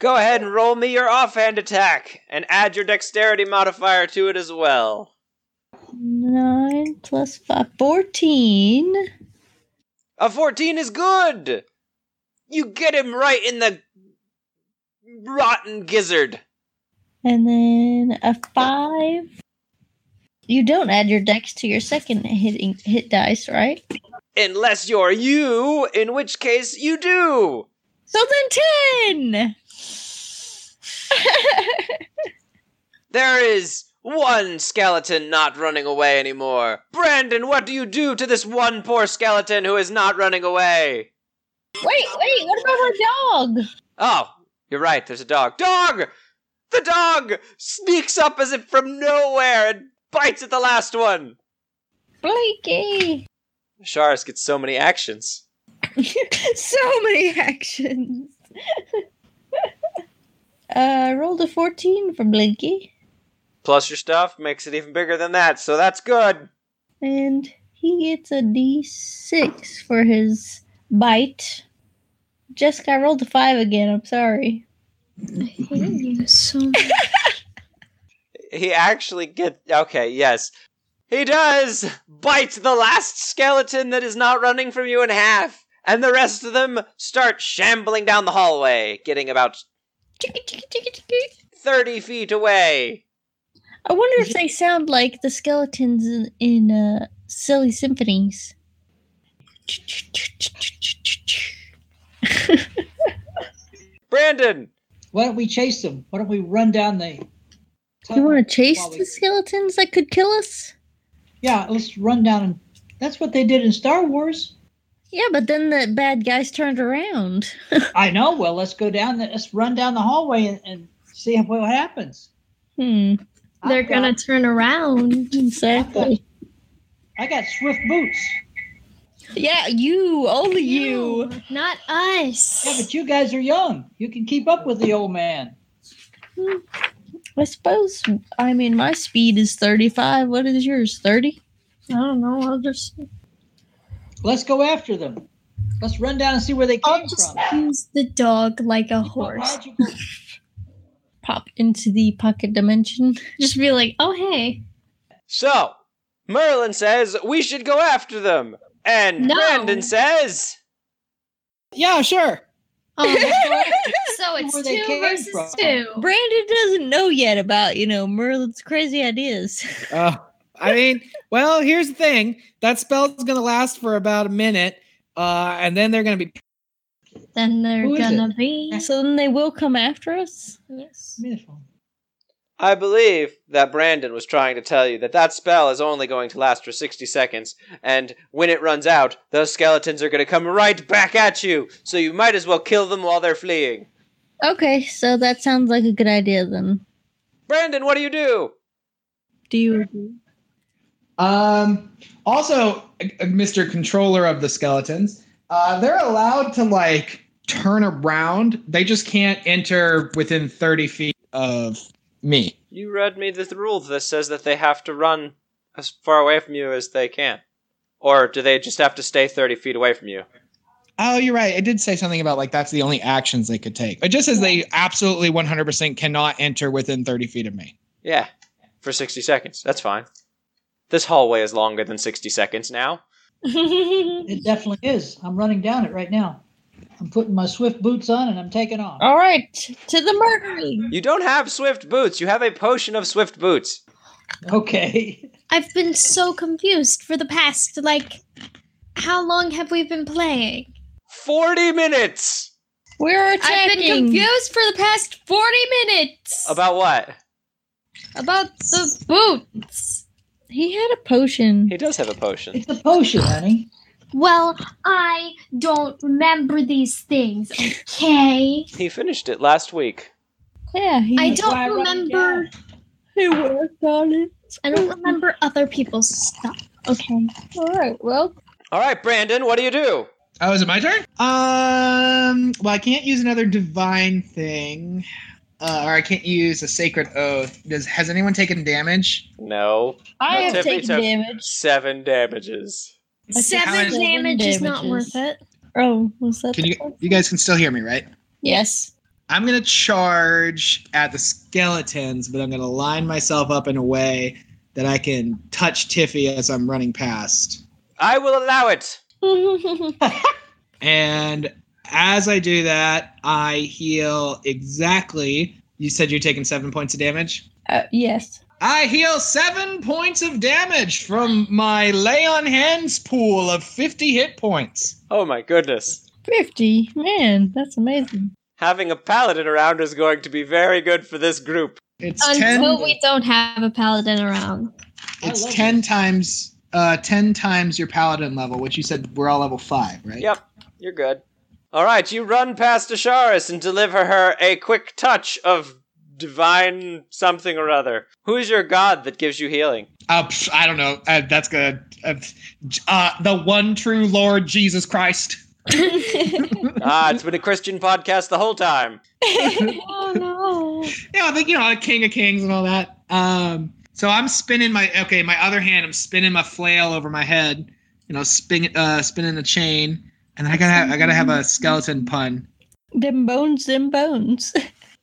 A: Go ahead and roll me your offhand attack and add your dexterity modifier to it as well.
B: 9 plus 5, 14.
A: A 14 is good. You get him right in the rotten gizzard.
B: And then a five. You don't add your dex to your second hitting hit dice, right?
A: Unless you're you, in which case you do.
B: So then ten.
A: There is one skeleton not running away anymore. Brandon, what do you do to this one poor skeleton who is not running away?
B: wait, wait. What about her dog?
A: Oh, you're right, there's a dog. Dog! The dog sneaks up as if from nowhere and bites at the last one.
B: Blakey.
A: Sharis gets so many actions.
B: so many actions. uh, I rolled a fourteen for Blinky,
A: Plus your stuff makes it even bigger than that, so that's good.
B: and he gets a D six for his bite. Jessica, I rolled a five again. I'm sorry.
E: I hate you so much.
A: He actually get okay, yes. He does bite the last skeleton that is not running from you in half, and the rest of them start shambling down the hallway, getting about
B: Chicka, chicka, chicka, chicka.
A: thirty feet away.
B: I wonder if they sound like the skeletons in, in uh, silly symphonies.
A: Brandon,
C: Why don't we chase them? Why don't we run down the?
B: Do you want to chase
C: While we-
B: the skeletons that could kill us?
C: Yeah, let's run down. And that's what they did in Star Wars.
B: Yeah, but then the bad guys turned around.
C: I know. Well, let's go down. The, let's run down the hallway and, and see what happens.
B: Hmm.
E: They're
C: I've got-
E: gonna turn around.
B: Exactly.
C: I got swift boots.
B: Yeah, you, only you.
E: No, not
C: Yeah,
E: us.
C: but you guys are young. You can keep up with the old man.
B: I suppose. I mean, my speed is thirty-five. What is yours? Thirty?
E: I don't know. I'll just
C: Let's go after them. Let's run down and see where they came
E: I'll just
C: from.
E: use the dog like a
C: Keep a
E: horse.
C: logical-
B: Pop into the pocket dimension.
E: Just be like, oh hey,
A: So, Merlin says we should go after them. And
E: No.
A: Brandon says,
F: Yeah, sure.
E: oh. so it's
C: Where they
E: two
C: came
E: versus
C: from.
E: two.
B: Brandon doesn't know yet about you know Merlin's crazy ideas.
F: Uh, I mean, well, here's the thing. That spell's going to last for about a minute, uh, and then they're going to be.
E: Then they're
C: Who is
E: gonna be
B: so then they will come after us.
E: yes.
C: Beautiful.
A: I believe that Brandon was trying to tell you that that spell is only going to last for 60 seconds, and when it runs out, those skeletons are going to come right back at you, so you might as well kill them while they're fleeing.
B: Okay, so that sounds like a good idea then.
A: Brandon, what do you do?
B: Do you agree?
D: Um, also, uh, uh, Mr. Controller of the Skeletons, uh, they're allowed to like turn around. They just can't enter within 30 feet of me.
A: You read me the th- rule that says that they have to run as far away from you as they can. Or do they just have to stay 30 feet away from you?
D: Oh, you're right. It did say something about like that's the only actions they could take. It just says they absolutely 100% cannot enter within 30 feet of me.
A: Yeah, for 60 seconds. That's fine. This hallway is longer than 60 seconds now.
C: It definitely is. I'm running down it right now. I'm putting my swift boots on and I'm taking off.
B: All right, to the murdering.
A: You don't have swift boots, you have a potion of swift boots.
C: Oh. Okay.
E: I've been so confused for the past like how long have we been playing?
A: 40 minutes.
B: We're attacking.
E: I've been confused for the past 40 minutes
A: About what?
E: about the boots.
B: He had a potion.
A: He does have a potion.
C: It's a potion, honey.
E: Well, I don't remember these things, okay?
A: He finished it last week.
B: Yeah, he,
E: I
C: That's
E: don't
C: why I wrote it down.
E: remember
B: he worked on it.
E: I don't remember other people's stuff, okay?
B: All right, well,
A: All right, Brandon, what do you do?
D: Oh, is it my turn? Um, well, I can't use another divine thing, uh, or I can't use a sacred oath. Does has anyone taken damage?
A: No.
B: I
A: Not
B: have
A: every
B: taken
A: time.
B: damage.
A: Seven damages.
B: I took
E: Seven
D: seven
E: damage is not
B: damages.
E: worth it.
B: Oh, was that?
D: Can
B: the
D: you
B: potion?
D: you guys can still hear me, right?
B: Yes.
D: I'm gonna charge at the skeletons, but I'm gonna line myself up in a way that I can touch Tiffy as I'm running past.
A: I will allow it.
B: Uh,
D: And as I do that, I heal exactly. You said you're taking seven points of damage.
B: Uh, yes.
D: I heal seven points of damage from my lay on hands pool of 50 hit points.
A: Oh my goodness.
B: 50. Man, that's amazing.
A: Having a paladin around is going to be very good for this group.
D: It's
E: Until
D: 10,
E: we don't have a paladin around.
C: I love
D: it's 10 times uh, 10 times your paladin level, which you said we're all level 5, right?
A: Yep. You're good. All right, you run past Asharis and deliver her a quick touch of divine something or other. Who is your god that gives you healing?
D: Uh, pff, I don't know. Uh, that's good. Uh, j- uh, the one true Lord Jesus Christ.
A: ah, it's been a Christian podcast the whole time.
E: Oh no.
D: Yeah, I think you know, like King of Kings and all that. Um, so I'm spinning my okay, my other hand. I'm spinning my flail over my head. You know, spin, uh, spinning the chain, and I gotta, have, I gotta have a skeleton pun.
B: them bones, them bones.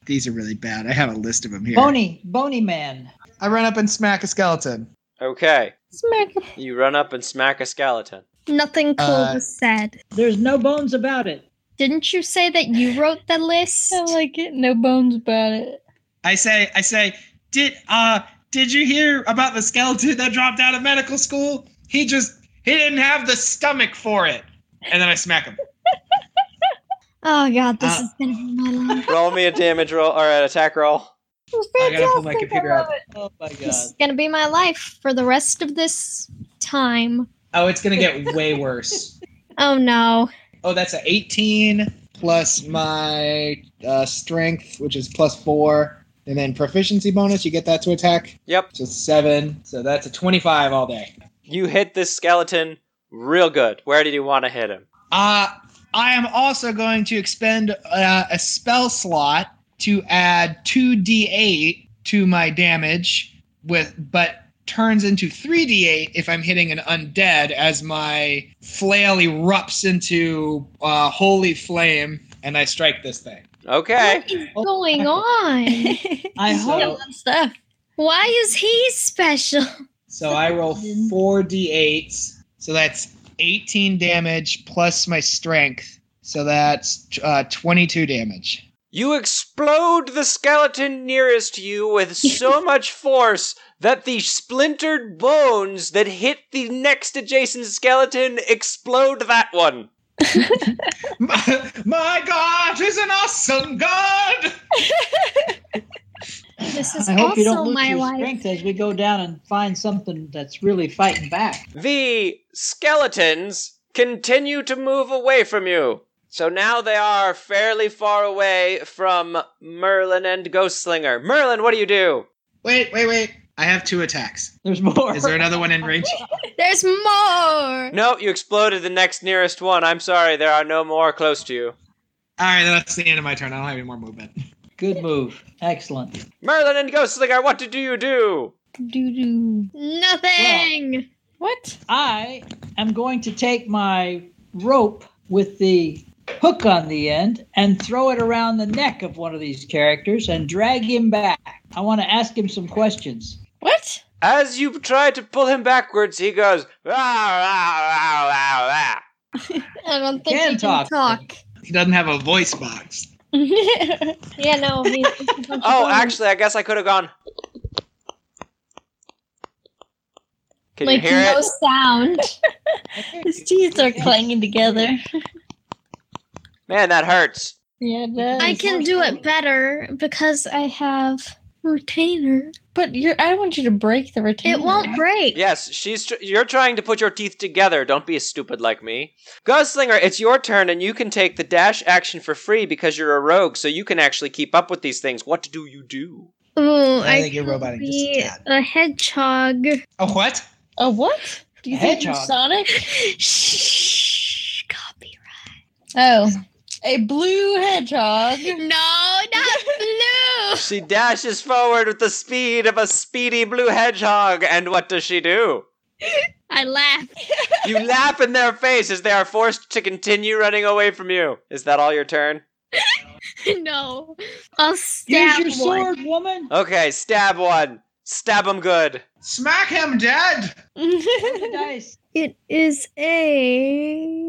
D: These are really bad. I have a list of them here.
C: Bony, Bony Man.
D: I run up and smack a skeleton.
A: Okay.
B: Smack.
A: You run up and smack a skeleton.
E: Nothing cool
D: Uh,
E: was said.
C: There's no bones about it.
E: Didn't you say that you wrote the list?
B: I like it. No bones about it.
D: I say, I say, did uh, did you hear about the skeleton that dropped out of medical school? He just he didn't have the stomach for it. And then I smack him.
E: oh god, this
D: Uh,
E: is gonna be my life.
A: Roll me a damage roll or an attack roll.
D: I gotta pull my computer up.
C: Oh my god.
E: This is gonna be my life for the rest of this time.
D: Oh, it's gonna get way worse.
E: Oh no.
D: Oh, that's a 18 plus my uh, strength, which is plus four, and then proficiency bonus. You get that to attack,
A: Yep.
D: so seven. So that's a 25 all day.
A: You hit this skeleton real good. Where did you want to hit him?
D: Uh, I am also going to expend uh, a spell slot to add 2d8 to my damage with but turns into 3d8 if I'm hitting an undead as my flail erupts into uh, holy flame and I strike this thing.
A: Okay.
E: What is
C: Oh.
E: going on?
C: I
D: So-
C: hope.
B: Killing stuff.
E: Why is he special?
D: So I roll 4d8s. So that's 18 damage plus my strength. So that's uh, 22 damage.
A: You explode the skeleton nearest you with so much force that the splintered bones that hit the next adjacent skeleton explode that one.
D: My, my God is an awesome God!
E: This is
C: I hope you don't
E: also
C: lose
E: my
C: your
E: life.
C: strength as we go down and find something that's really fighting back.
A: The skeletons continue to move away from you. So now they are fairly far away from Merlin and Ghostslinger. Merlin, what do you do?
D: Wait, wait, wait. I have two attacks.
C: There's more.
D: Is there another one in range?
E: There's more.
A: No, you exploded the next nearest one. I'm sorry, there are no more close to you.
D: All right, that's the end of my turn. I don't have any more movement.
C: Good move. Excellent.
A: Merlin and Ghostslinger, what do you do?
B: Doo doo.
E: Nothing.
B: What?
C: I am going to take my rope with the hook on the end and throw it around the neck of one of these characters and drag him back. I want to ask him some questions.
B: What?
A: As you try to pull him backwards, he goes, "Rah, rah, rah, rah, rah."
E: I don't think
C: Can
E: he
C: talk.
E: can talk.
D: He doesn't have a voice box.
E: Yeah, no. He,
A: Oh, actually, I guess I could have gone. Can
E: like
A: you hear
E: no
A: it?
E: sound.
B: His teeth are clanging together.
A: Man, that hurts.
B: Yeah, it
E: I
B: does.
E: can do it better because I have retainer.
B: But you're, I don't want you to break the retainer.
E: It won't break.
A: Yes, she's. Tr- you're trying to put your teeth together. Don't be as stupid like me. Gunslinger, it's your turn, and you can take the dash action for free because you're a rogue, so you can actually keep up with these things. What do you do?
E: Ooh,
D: I
E: I,
D: think you're
E: could
D: roboting just a
E: be
D: tad.
E: a hedgehog.
D: Oh, what?
B: A what? Do you
C: A
B: think you're
C: hedgehog.
B: Sonic?
E: Shh, copyright.
B: Oh, a blue hedgehog.
E: No, not blue.
A: She dashes forward with the speed of a speedy blue hedgehog, and what does she do?
E: I laughed.
A: You laugh in their face as they are forced to continue running away from you. Is that all your turn?
E: No, I'll
C: Use
E: stab
C: your
E: one.
C: sword, woman.
A: Okay, stab one. Stab him good.
D: Smack him dead!
C: Nice.
E: It is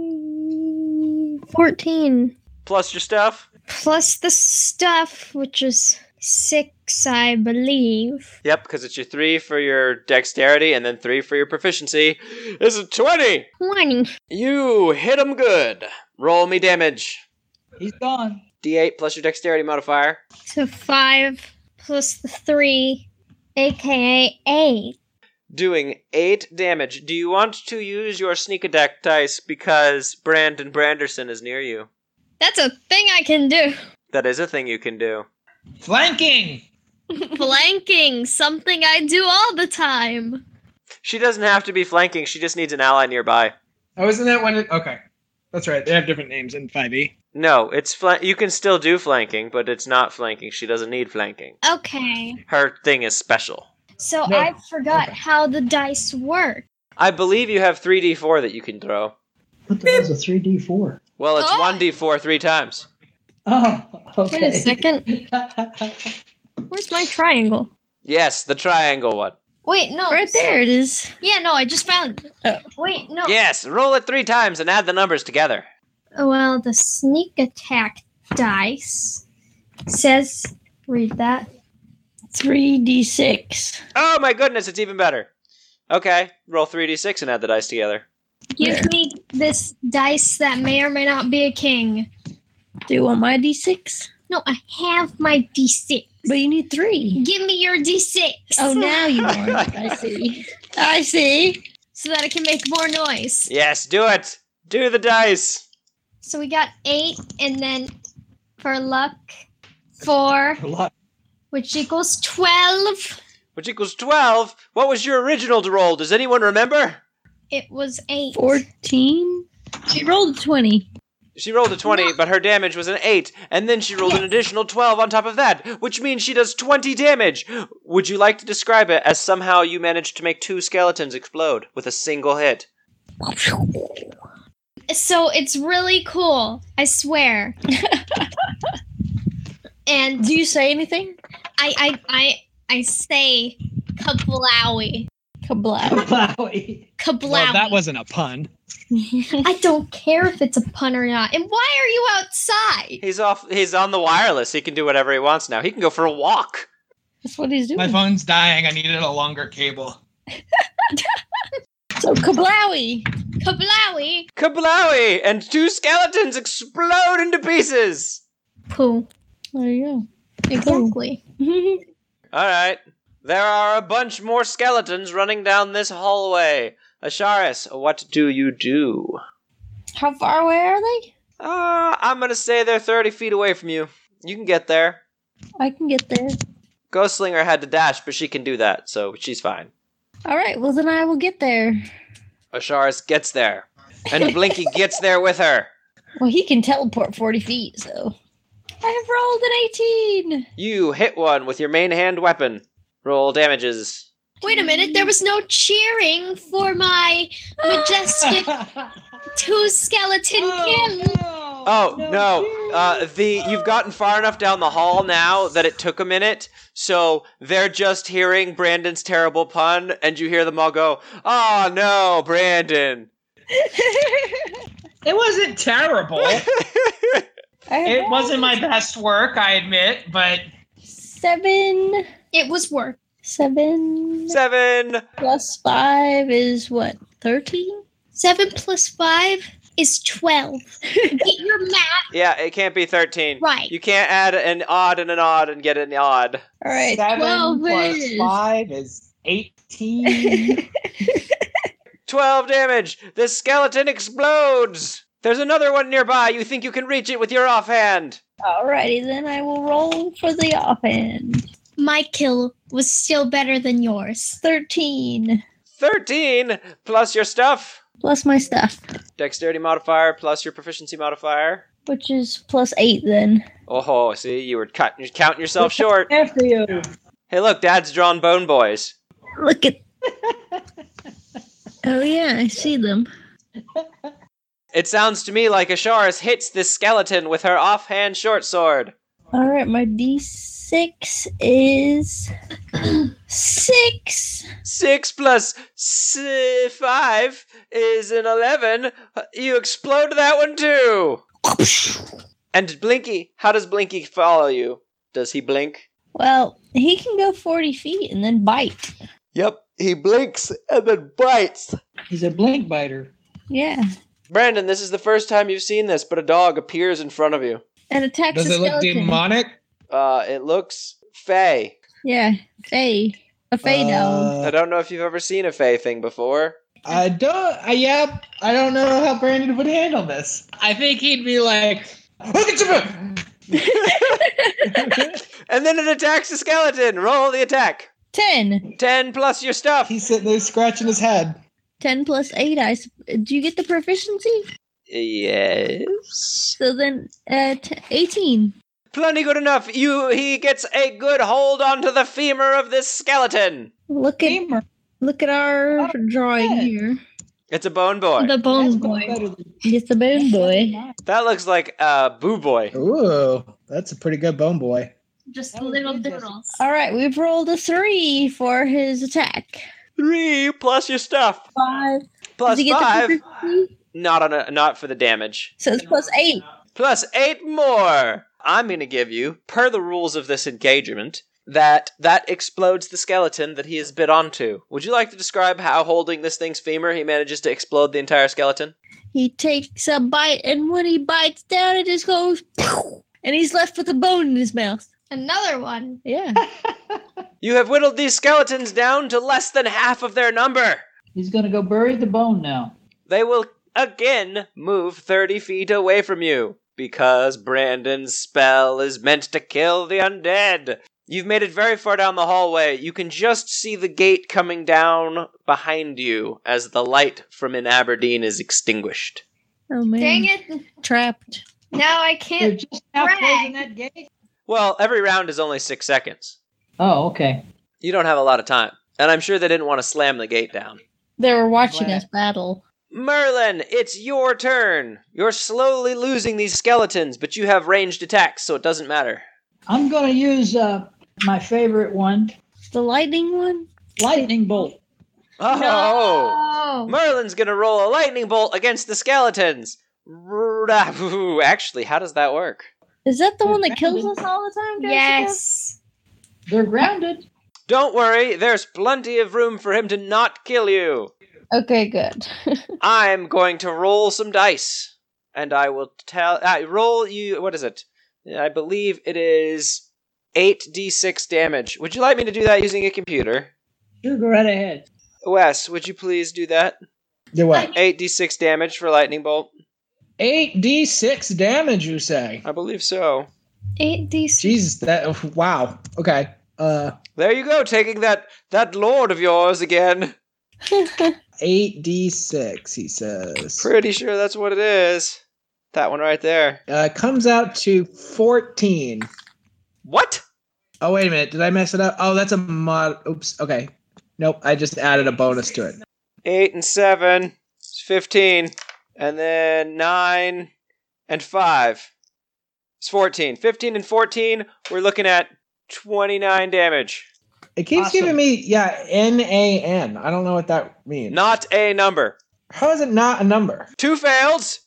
E: a fourteen
A: Plus your stuff.
E: plus the stuff, which is six, I believe.
A: Yep, because it's your three for your dexterity and then three for your proficiency. This is 20.
E: Twenty.
A: You hit him good. Roll me damage.
C: He's gone.
A: D8 plus your dexterity modifier.
E: So five plus the three, aka eight.
A: Doing 8 damage. Do you want to use your sneak attack dice because Brandon Branderson is near you?
E: That's a thing I can do.
A: That is a thing you can do.
D: Flanking!
E: Flanking, something I do all the time.
A: She doesn't have to be flanking, she just needs an ally nearby.
D: Oh, isn't that one? Okay. That's right. They have different names in E. 5e.
A: No, it's flan- you can still do flanking, but it's not flanking. She doesn't need flanking.
E: Okay.
A: Her thing is special.
E: So
D: No.
E: I forgot
D: Okay.
E: how the dice work.
A: I believe you have 3d4 that you can throw.
C: What the hell is a 3D4?
A: Well, it's
E: Oh.
A: 1d4 three times.
C: Oh, okay.
E: Wait a second. Where's my triangle?
A: Yes, the triangle one.
E: Wait, no.
B: Right there it is.
E: Yeah, no, I just found it.
B: Oh.
E: Wait, no.
A: Yes, roll it three times and add the numbers together.
E: Oh, Well, the sneak attack dice says, read that.
B: 3d6.
A: Oh my goodness, it's even better. Okay, roll 3d6 and add the dice together.
E: Give
B: There.
E: me this dice that may or may not be a king.
B: Do you want my d6?
E: No, I have my d6.
B: But you need three.
E: Give me your d6.
B: Oh, now you want. it. I see. I see.
E: So that I can make more noise.
A: Yes, do it. Do the dice.
E: So we got eight, and then for luck, four, which equals 12.
A: Which equals 12. What was your original to roll? Does anyone remember?
E: It was eight.
B: 14. She rolled a 20.
A: She rolled a 20, but her damage was an 8, and then she rolled an additional 12 on top of that, which means she does 20 damage. Would you like to describe it as somehow you managed to make two skeletons explode with a single hit?
E: So it's really cool, I swear. and
B: Do you say anything?
E: I, I, I, I say kablowie.
B: Kablow.
C: Wowie.
E: Kablowie.
D: Well, that wasn't a pun.
E: I don't care if it's a pun or not. And why are you outside?
A: He's off he's on the wireless. He can do whatever he wants now. He can go for a walk.
B: That's what he's doing.
G: My phone's dying. I needed a longer cable.
B: So kablowy.
E: Kablowie.
A: Kablowie! And two skeletons explode into pieces.
E: Poo.
B: There you
E: Exactly.
B: go.
A: All right. There are a bunch more skeletons running down this hallway. Asharis, what do you do?
B: How far away are they?
A: Uh, I'm gonna say they're 30 feet away from you. You can get there.
B: I can get there.
A: Ghostslinger had to dash, but she can do that, so she's fine.
B: All right, well then I will get there.
A: Asharis gets there, and Blinky gets there with her.
B: Well, he can teleport 40 feet, so. I have rolled an 18.
A: You hit one with your main hand weapon. Roll damages.
E: Wait a minute, there was no cheering for my majestic two skeleton king.
A: Oh no! Uh, the you've gotten far enough down the hall now that it took a minute, so they're just hearing Brandon's terrible pun, and you hear them all go, "Oh no, Brandon!"
G: It wasn't terrible.
B: I have
G: it
B: rolled
G: wasn't my best work, I admit, but
B: Seven.
E: It was work.
B: Seven
A: Seven.
B: plus five is what? 13?
E: Seven plus five is twelve. Get your math
A: Yeah, it can't be thirteen.
E: right.
A: You can't add an odd and an odd and get an odd.
B: All right.
C: Seven
B: 12
C: plus
B: it is.
C: five is eighteen.
A: 12 damage! This skeleton explodes! There's another one nearby. You think you can reach it with your offhand.
B: Alrighty, then I will roll for the offhand.
E: My kill was still better than yours.
B: 13
A: 13 plus your stuff.
B: plus my stuff,
A: Dexterity modifier plus your proficiency modifier.
B: which is plus eight then.
A: Oh, see, you were cut- you're counting yourself short.
C: After you.
A: Hey, look, Dad's drawn bone boys.
B: Look at. oh, yeah, I see them.
A: It sounds to me like Asharis hits this skeleton with her offhand short sword.
B: All right, my d6 is six.
A: 6 plus s- 5 is an 11. You explode that one too! And Blinky, how does Blinky follow you? Does he blink?
B: Well, he can go 40 feet and then bite.
A: Yep, he blinks and then bites.
C: He's a blink biter.
B: Yeah,
A: Brandon, this is the first time you've seen this, but a dog appears in front of you.
B: and attacks
G: does
B: the
G: it look
B: skeleton.
G: demonic?
A: Uh, it looks fey.
B: yeah, fey, a fey
G: Uh,
B: dog.
A: I don't know if you've ever seen a fey thing before.
G: I don't. I, yep. I don't know how Brandon would handle this. I think he'd be like, "Look at your
A: And then it attacks the skeleton. Roll the attack.
B: Ten.
A: 10 plus your stuff.
G: He's sitting there scratching his head.
B: Ten plus eight. I s- do you get the proficiency?
A: Yes.
B: So then, uh, t- eighteen.
A: Plenty good enough. You he gets a good hold onto the femur of this skeleton.
B: Look at
C: Gamer.
B: look at our
C: Oh,
B: drawing
C: good.
B: here.
A: It's a bone boy.
E: The
C: That's
E: bone
C: going
E: boy.
C: better than-
B: It's a bone
C: that's better than
B: boy.
C: mine.
A: that looks like uh, boo boy.
G: Ooh, that's a pretty good bone boy.
E: Just
C: That was
E: little
C: good, Jesse.
E: doodles.
B: All right, we've rolled a three for his attack.
A: Three plus your stuff.
B: Five.
A: Plus
B: Does he get
A: five.
B: the proficiency?
A: Not on a, not for the damage.
B: So it's plus eight.
A: Plus eight more. I'm gonna give you, per the rules of this engagement, that that explodes the skeleton that he has bit onto. Would you like to describe how holding this thing's femur he manages to explode the entire skeleton?
B: He takes a bite, and when he bites down, it just goes, "Pow!" and he's left with a bone in his mouth.
E: Another one.
B: Yeah.
A: You have whittled these skeletons down to less than half of their number.
C: He's gonna go bury the bone now.
A: They will again move 30 feet away from you because Brandon's spell is meant to kill the undead. You've made it very far down the hallway. You can just see the gate coming down behind you as the light from in Aberdeen is extinguished.
B: Oh man.
E: Dang it.
B: Trapped.
E: Now I
C: They're
E: can't.
C: just now
E: Brag.
C: closing that gate.
A: Well, every round is only six seconds.
C: Oh, okay.
A: You don't have a lot of time. And I'm sure they didn't want to slam the gate down.
B: They were watching
C: Glad.
B: us battle.
A: Merlin, it's your turn. You're slowly losing these skeletons, but you have ranged attacks, so it doesn't matter.
C: I'm gonna use uh, my favorite one,
B: The lightning one.
C: lightning bolt.
A: Oh!
E: No.
A: Merlin's gonna roll a lightning bolt against the skeletons. Ooh, Actually, how does that work?
B: Is that the
C: Yeah,
B: one that kills
C: grounded.
B: us all the time? Jessica?
E: Yes.
C: They're grounded.
A: Don't worry, there's plenty of room for him to not kill you.
B: Okay, good.
A: I'm going to roll some dice, and I will tell. I roll you. What is it? I believe it is eight d6 damage. Would you like me to do that using a computer?
C: Sure, go right ahead.
A: Wes, would you please do that?
G: Do what?
A: Eight d6 damage for lightning bolt.
G: Eight d six damage. You say?
A: I believe so.
E: 8d6.
G: Jesus, that wow. Okay. Uh,
A: There you go, taking that that lord of yours again.
G: eight d six. He says.
A: Pretty sure that's what it is. That one right there.
G: Uh, comes out to fourteen.
A: What?
G: Oh wait a minute, did I mess it up? Oh, that's a mod. Oops. Okay. Nope. I just added a bonus to it.
A: Eight and seven. It's fifteen. And then nine and five. It's fourteen. Fifteen and fourteen, we're looking at twenty-nine damage.
G: It keeps
C: Awesome.
G: giving me yeah N A N. I don't know what that means.
A: Not a number.
G: How is it not a number?
A: Two fails.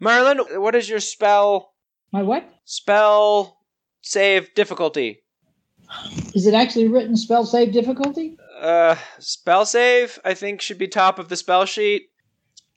A: Merlin, what is your spell
C: My what?
A: spell save difficulty?
C: Is it actually written spell save difficulty?
A: Uh spell save, I think should be top of the spell sheet.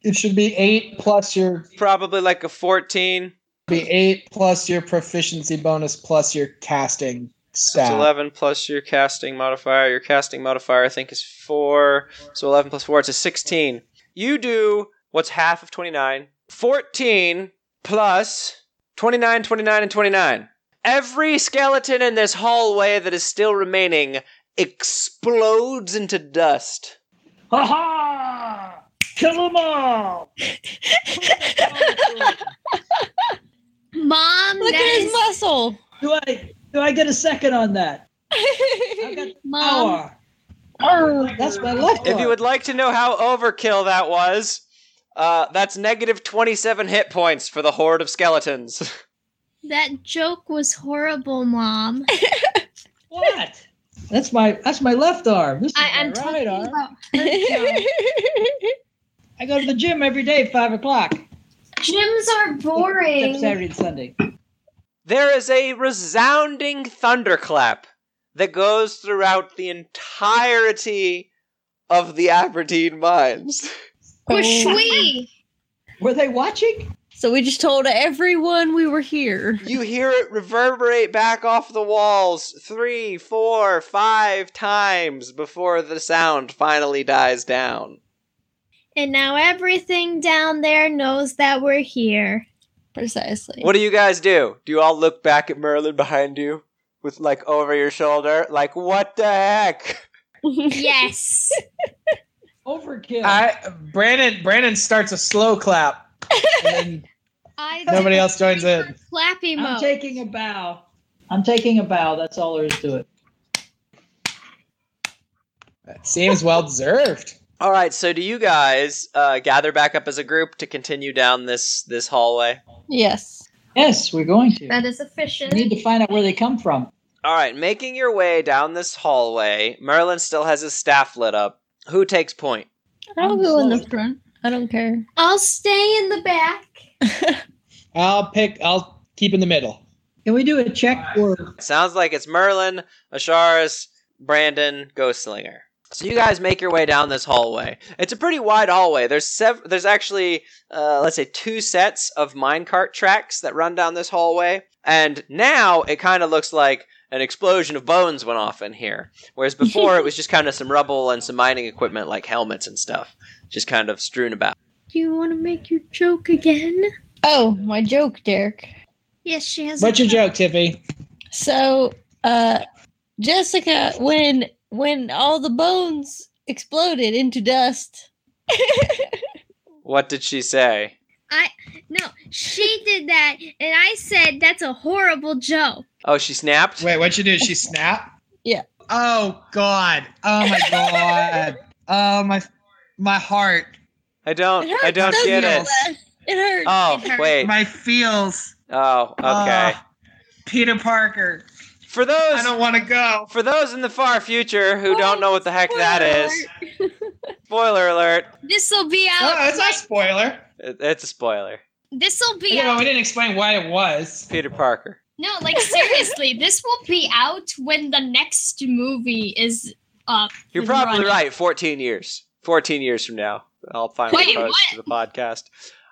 G: It should be eight plus your
A: Probably like a fourteen.
G: be eight plus your proficiency bonus plus your casting
A: It's
G: stat.
A: 11 plus your casting modifier. Your casting modifier, I think, is 4. So 11 plus 4, it's a 16. You do what's half of 29? 14 plus 29, 29, and 29. Every skeleton in this hallway that is still remaining explodes into dust.
C: Ha ha! Kill them all!
E: Mom,
B: Look
E: that
B: at his
E: is-
B: muscle.
C: Do I do I get a second on that? I got
E: Mom,
C: power. Arr, that's my left
A: If
C: one.
A: you would like to know how overkill that was, uh, that's negative 27 hit points for the horde of skeletons.
E: that joke was horrible, Mom.
C: what? That's my that's my left arm. This is
E: I,
C: my
E: I'm
C: right
E: talking
C: arm.
E: about
C: I go to the gym every day at five o'clock.
E: gyms are
C: Except
E: boring.
C: Saturday and Sunday.
A: There is a resounding thunderclap that goes throughout the entirety of the Aberdeen mines.
C: Oh.
E: Whooshwee.
C: Were they watching?
B: So we just told everyone we were here.
A: You hear it reverberate back off the walls three, four, five times before the sound finally dies down.
E: And now everything down there knows that we're here.
B: Precisely.
A: What do you guys do? Do you all look back at Merlin behind you with like over your shoulder? Like, what the heck?
E: Yes.
C: Overkill.
G: I Brandon Brandon starts a slow clap. and
E: I
G: nobody else joins in.
E: Flappy
C: I'm
E: mode.
C: taking a bow. I'm taking a bow. That's all there is to it.
G: That seems well deserved.
A: All right, so do you guys uh, gather back up as a group to continue down this this hallway?
B: Yes.
C: Yes, we're going to.
E: That is
C: We
E: efficient.
C: need to find out where they come from.
A: All right, making your way down this hallway, Merlin still has his staff lit up. Who takes point?
B: I'll
C: I'm
B: go in the
C: slow.
B: front. I don't care.
E: I'll stay in the back.
D: I'll pick. I'll keep in the middle.
C: Can we do a check or
A: Sounds like it's Merlin, Asharis, Brandon, Ghostslinger. So you guys make your way down this hallway. It's a pretty wide hallway. There's sev- there's actually uh, let's say two sets of minecart tracks that run down this hallway. And now it kind of looks like an explosion of bones went off in here, whereas before it was just kind of some rubble and some mining equipment like helmets and stuff, just kind of strewn about.
E: Do you want to make your joke again?
B: Oh, my joke, Derek.
E: Yes, she has.
D: What's your joke, Tiffy?
B: So, uh, Jessica, when when all the bones exploded into dust,
A: What did she say?
E: No, she did that, and I said that's a horrible joke.
A: Oh, she snapped.
G: Wait, what she do? She snap?
B: Yeah.
G: Oh God. Oh my God. oh my, my heart.
A: I don't.
B: it hurts,
A: Oh, I don't
B: doesn't
A: get it.
B: It hurts.
A: Oh
E: It hurts.
A: wait.
G: My feels.
A: Oh okay.
G: Ah, Peter Parker.
A: For
G: I
A: those
G: don't want to go.
A: for those in the far future who don't know what the heck that is, spoiler alert.
E: This will be
G: Oh,
E: out.
G: that's not a spoiler.
A: It- It's a spoiler.
E: This will be
G: Yeah,
E: out.
G: we didn't explain why it was.
A: Peter Parker.
E: No, like seriously, this will be out when the next movie is up.
A: You're
E: and
A: probably
E: running.
A: right. 14 years. 14 years from now, I'll finally
E: Wait,
A: post
E: what?
A: to the podcast.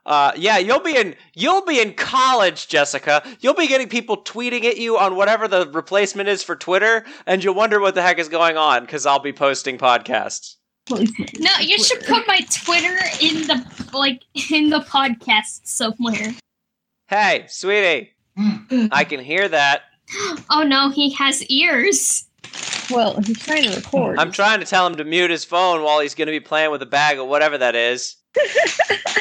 A: Uh, yeah, you'll be in you'll be in college, Jessica. You'll be getting people tweeting at you on whatever the replacement is for Twitter, and you'll wonder what the heck is going on because I'll be posting podcasts. Oh.
E: No, you should put my Twitter in the like in the podcast somewhere.
A: Hey, sweetie,
E: Hmm.
A: I can hear that.
E: Oh no, he has ears.
B: Well, he's trying to record.
A: I'm trying to tell him to mute his phone while he's going to be playing with a bag of whatever that is.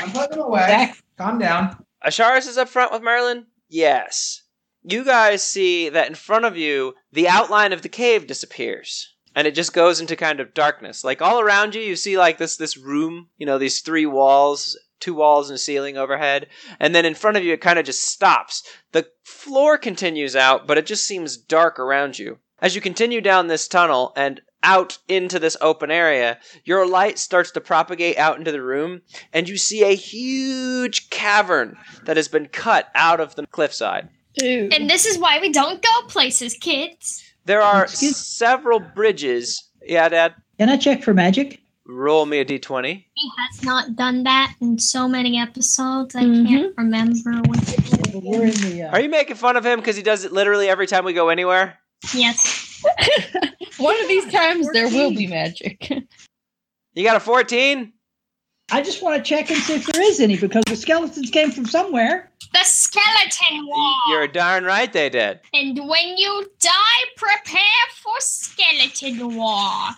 G: I'm plugging away.
C: back?
G: Calm down.
A: Asharis is up front with Merlin? Yes. You guys see that in front of you, the outline of the cave disappears. And it just goes into kind of darkness. Like all around you, you see like this this room, you know, these three walls, two walls and a ceiling overhead. And then in front of you it kind of just stops. The floor continues out, but it just seems dark around you. As you continue down this tunnel and out into this open area, your light starts to propagate out into the room, and you see a huge cavern that has been cut out of the cliffside.
B: Ew.
E: And this is why we don't go places, kids.
A: There are
C: Excuse-
A: several bridges. Yeah, Dad.
C: Can I check for magic?
A: Roll me a d20.
E: He has not done that in so many episodes. I
B: Mhm.
E: can't remember what it is.
C: We're in the uh,
A: Are you making fun of him because he does it literally every time we go anywhere?
E: Yes.
B: One of these times there will
C: 14.
B: be magic.
A: You got a 14?
C: I just want to check and see if there is any because the skeletons came from somewhere.
E: The
A: Y-
E: skeleton wall.
A: You're darn right they did.
E: And when you die, prepare for skeleton war.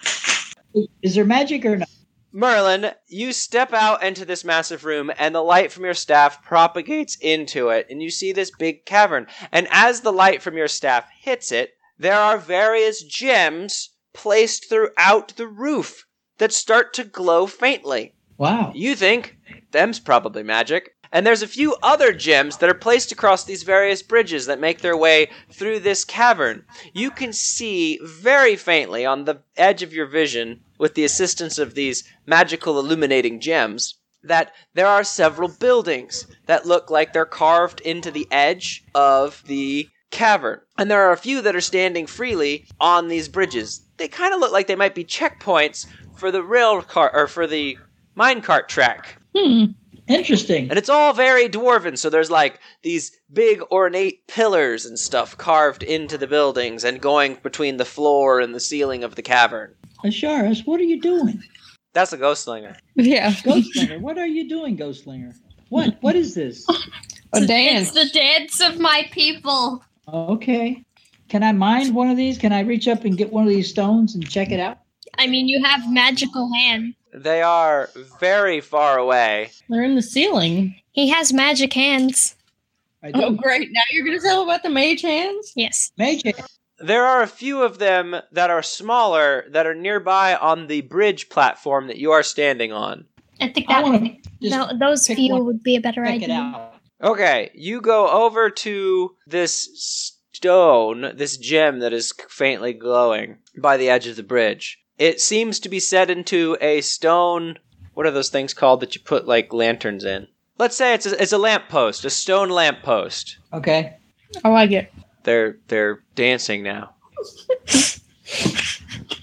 C: Is there magic or not?
A: Merlin, you step out into this massive room, and the light from your staff propagates into it, and you see this big cavern. And as the light from your staff hits it, there are various gems placed throughout the roof that start to glow faintly.
C: Wow.
A: You think them's probably magic. And there's a few other gems that are placed across these various bridges that make their way through this cavern. You can see very faintly on the edge of your vision, with the assistance of these magical illuminating gems, that there are several buildings that look like they're carved into the edge of the cavern. And there are a few that are standing freely on these bridges. They kind of look like they might be checkpoints for the rail car or for the minecart track.
B: Hmm.
C: Interesting.
A: And it's all very dwarven, so there's like these big ornate pillars and stuff carved into the buildings and going between the floor and the ceiling of the cavern.
C: Asharis, what are you doing?
A: That's a ghostlinger.
B: Yeah.
C: Ghostlinger, what are you doing, Ghostlinger? What? What is this?
B: A
E: It's-
B: dance.
E: It's the dance of my people.
C: Okay. Can I mine one of these? Can I reach up and get one of these stones and check it out?
E: I mean, you have magical hand.
A: They are very far away.
B: They're in the ceiling.
E: He has magic hands.
C: I do.
B: Oh, great. Now you're going to tell about the mage hands?
E: Yes.
C: Mage hand.
A: There are a few of them that are smaller that are nearby on the bridge platform that you are standing on.
E: I think
C: I
E: that
C: want to just
E: no, those
C: pick
E: few
C: one,
E: would be a better
C: check it
E: idea.
C: out.
A: Okay, you go over to this stone, this gem that is faintly glowing by the edge of the bridge. It seems to be set into a stone. What are those things called that you put like lanterns in? Let's say it's a, it's a lamppost, a stone lamppost.
C: Okay.
B: Oh, I like it.
A: They're they're dancing now.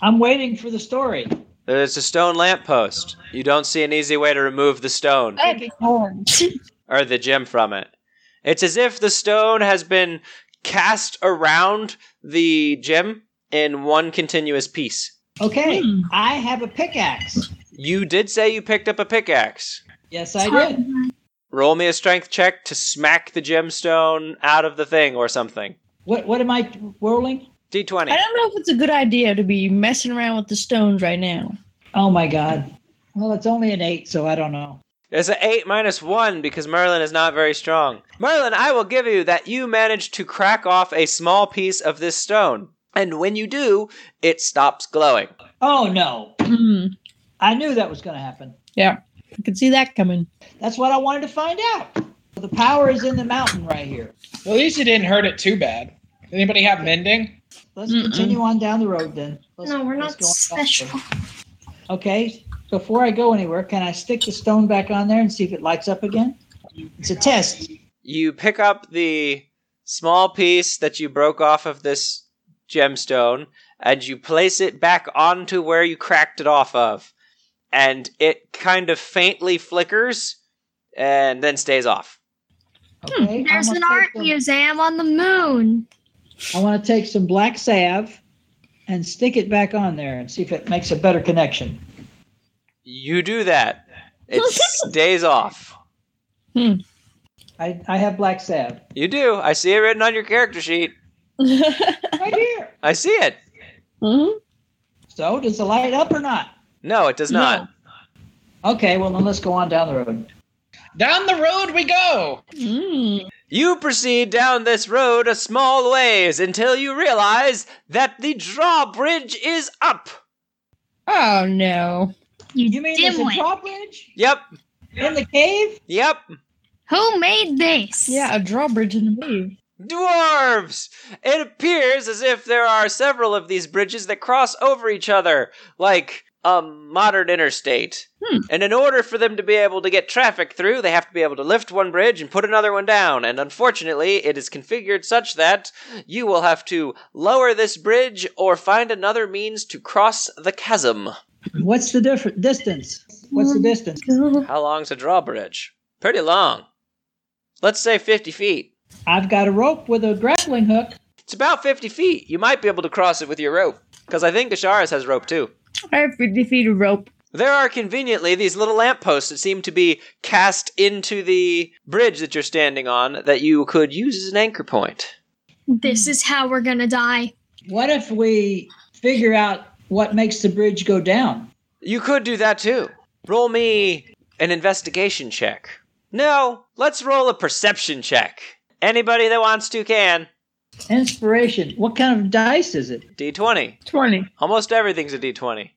C: I'm waiting for the story.
A: There's a stone lamppost. You don't see an easy way to remove the stone.
B: That'd be fun.
A: or the gem from it. It's as if the stone has been cast around the gem in one continuous piece.
C: Okay.
B: Hmm.
C: I have a pickaxe.
A: You did say you picked up a pickaxe.
C: Yes, I did.
A: Roll me a strength check to smack the gemstone out of the thing or something.
C: What what am I rolling?
B: I
A: D20.
B: don't know if it's a good idea to be messing around with the stones right now.
C: Oh my god. Well, it's only an eight, so I don't know.
A: It's an 8 minus 1 because Merlin is not very strong. Merlin, I will give you that you managed to crack off a small piece of this stone. And when you do, it stops glowing.
C: Oh no.
B: Hmm.
C: I knew that was going to happen.
B: I could see that coming.
C: That's what I wanted to find out. The power is in the mountain right here.
G: Well, at least it didn't hurt it too bad. Does anybody have mending?
C: Let's
B: Mm-mm.
C: continue on down the road then. Let's,
E: No, we're
C: let's
E: not
C: go on down the
E: special.
C: road. Okay. Before I go anywhere, can I stick the stone back on there and see if it lights up again? It's a test.
A: you pick up the small piece that you broke off of this gemstone and you place it back onto where you cracked it off of and it kind of faintly flickers and then stays off
C: Okay. I'm
E: Hmm, There's
C: gonna
E: an
C: take
E: art
C: some-
E: museum on the moon.
C: I want to take some black salve and stick it back on there and see if it makes a better connection.
A: you do that it stays off
C: I, I have black salve
A: you do i see it written on your character sheet
B: Hmm.
C: right here.
A: i see it
B: Mhm.
C: So does the light up or not?
A: no it does not
C: Okay, well then let's go on down the road.
G: Down the road we go.
B: Mm.
A: You proceed down this road a small ways until you realize that the drawbridge is up.
B: Oh no.
C: You mean there's a
E: dimwit.
C: drawbridge
A: Yep,
C: in the cave?
A: yep.
E: Who made this?
B: Yeah, a drawbridge in the wave.
A: Dwarves! It appears as if there are several of these bridges that cross over each other, like a modern interstate.
B: Hmm.
A: And in order for them to be able to get traffic through, they have to be able to lift one bridge and put another one down. And unfortunately, it is configured such that you will have to lower this bridge or find another means to cross the chasm.
C: What's the different distance?
E: Um,
C: What's the distance?
A: How long's a drawbridge? Pretty long. Let's say 50 feet.
C: I've got a rope with a grappling hook.
A: It's about 50 feet. You might be able to cross it with your rope, because I think Asharis has rope too.
B: I have 50 feet of rope.
A: There are conveniently these little lampposts that seem to be cast into the bridge that you're standing on that you could use as an anchor point.
E: This is how we're gonna die.
C: What if we figure out what makes the bridge go down?
A: You could do that too. Roll me an investigation check. No, let's roll a perception check. Anybody that wants to can.
C: Inspiration. What kind of dice is it?
A: D20.
B: 20.
A: Almost everything's a D20,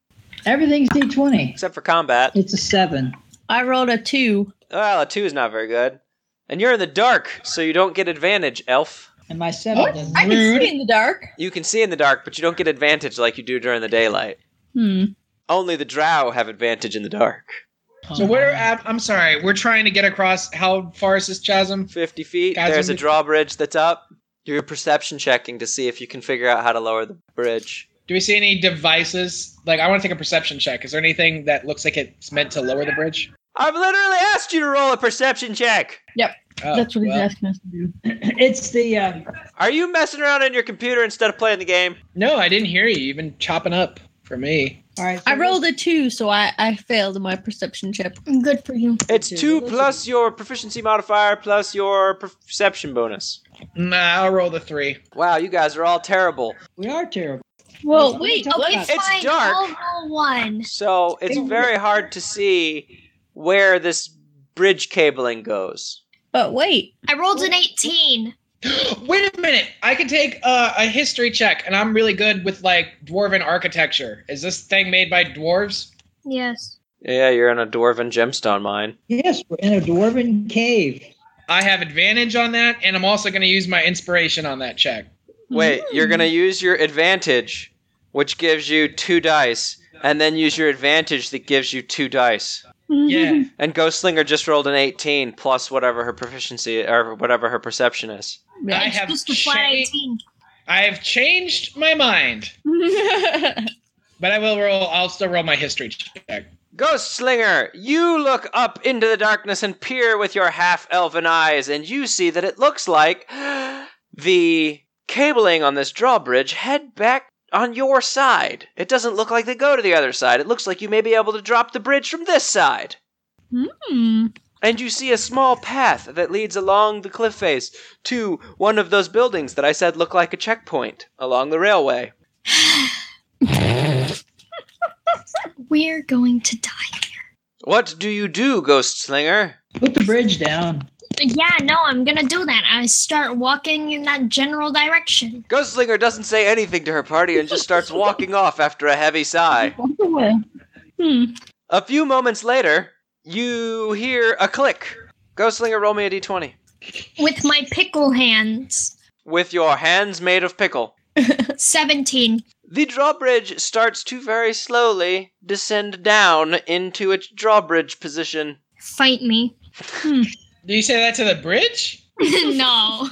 C: Everything's D20.
A: except for combat.
C: It's a seven.
B: I rolled a 2.
A: Well, a two is not very good. And you're in the dark, so you don't get advantage, elf.
C: And my seven doesn't.
B: I can see in the dark.
A: You can see in the dark, but you don't get advantage like you do during the daylight.
B: Hmm.
A: Only the drow have advantage in the dark.
G: So we're at, I'm sorry, we're trying to get across. How far is this chasm?
A: 50 feet,
G: Guys,
A: there's a
G: I'm-
A: drawbridge that's up. You're perception checking to see if you can figure out how to lower the bridge.
G: Do we see any devices? Like, I want to take a perception check. Is there anything that looks like it's meant to lower the bridge?
A: I've literally asked you to roll a perception check!
G: Oh,
B: That's what he's
G: well.
B: asking us to do.
C: It's the uh,
A: Are you messing around on your computer instead of playing the game?
G: No, I didn't hear you. You've been chopping up for me.
C: all right.
B: I rolled a 2, so I, I failed in my perception check.
E: Good for you.
A: It's
C: Dude,
A: two
C: listen.
A: plus your proficiency modifier plus your perception bonus.
G: Nah, I'll roll the three.
A: Wow, you guys are all terrible.
C: We are terrible.
B: Well,
C: wait,
B: wait.
C: talk
B: Let me
C: about
A: It's
E: Fine,
A: dark.
E: I'll roll one.
A: So it's very hard to see where this bridge cabling goes.
B: But wait.
E: I rolled an 18.
G: Wait a minute. I can take uh, a history check, and I'm really good with like dwarven architecture. Is this thing made by dwarves?
E: Yes.
A: Yeah, you're in a dwarven gemstone mine.
C: Yes, we're in a dwarven cave.
G: I have advantage on that, and I'm also going to use my inspiration on that check.
A: Wait, you're gonna use your advantage, which gives you two dice, and then use your advantage that gives you two dice.
G: Yeah.
A: And Ghostslinger just rolled an 18 plus whatever her proficiency or whatever her perception is.
G: I have
E: Just a flat
G: shade-
E: 18.
G: I have changed my mind,
B: Hmm.
G: but I will roll. I'll still roll my history check.
A: Ghostslinger, you look up into the darkness and peer with your half elven eyes, and you see that it looks like the cabling on this drawbridge head back on your side. It doesn't look like they go to the other side. It looks like you may be able to drop the bridge from this side.
E: Hmm.
A: And you see a small path that leads along the cliff face to one of those buildings that I said look like a checkpoint along the railway.
E: We're going to die.
A: What do you do, Ghost Slinger?
C: Put the bridge down.
E: Yeah, no, I'm gonna do that. I start walking in that general direction.
A: Ghost Slinger doesn't say anything to her party and just starts walking off after a heavy sigh.
B: Walk away.
E: Hmm.
A: A few moments later, you hear a click. Ghost Slinger, roll me a d20.
E: With my pickle hands.
A: With your hands made of pickle.
E: 17.
A: The drawbridge starts to very slowly descend down into its drawbridge position.
E: Fight me.
G: Do you say that to the bridge?
E: no.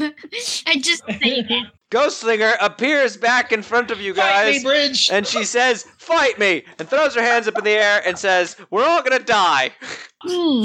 E: I just say that.
A: Ghostslinger appears back in front of you
G: Fight me,
A: guys,
G: bridge.
A: and she says, "Fight me!" and throws her hands up in the air and says, "We're all gonna die."
B: Hmm.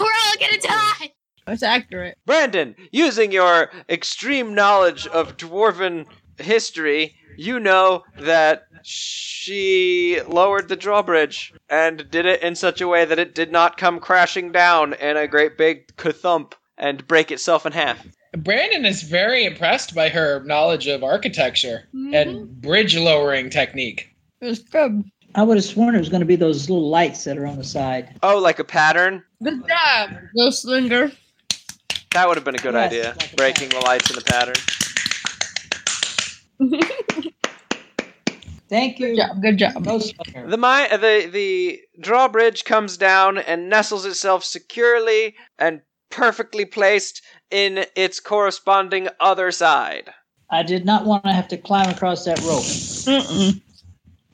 E: We're all gonna die.
B: That's accurate.
A: Brandon, using your extreme knowledge of dwarven history, you know that she lowered the drawbridge and did it in such a way that it did not come crashing down in a great big kathump and break itself in half.
G: Brandon is very impressed by her knowledge of architecture
E: Mhm.
G: and bridge lowering technique.
B: Hmm. It was good.
C: I would have sworn it was going to be those little lights that are on the side.
A: Oh, like a pattern?
B: Good job, Ghostlinger.
A: That would have been a good
C: Yes,
A: idea.
C: like a
A: breaking the lights in a pattern.
C: Thank you.
B: Good job. Good job.
C: Ghost Hunter.
A: The mi- the the drawbridge comes down and nestles itself securely and perfectly placed in its corresponding other side.
C: I did not want to have to climb across that rope.
B: Mm-mm.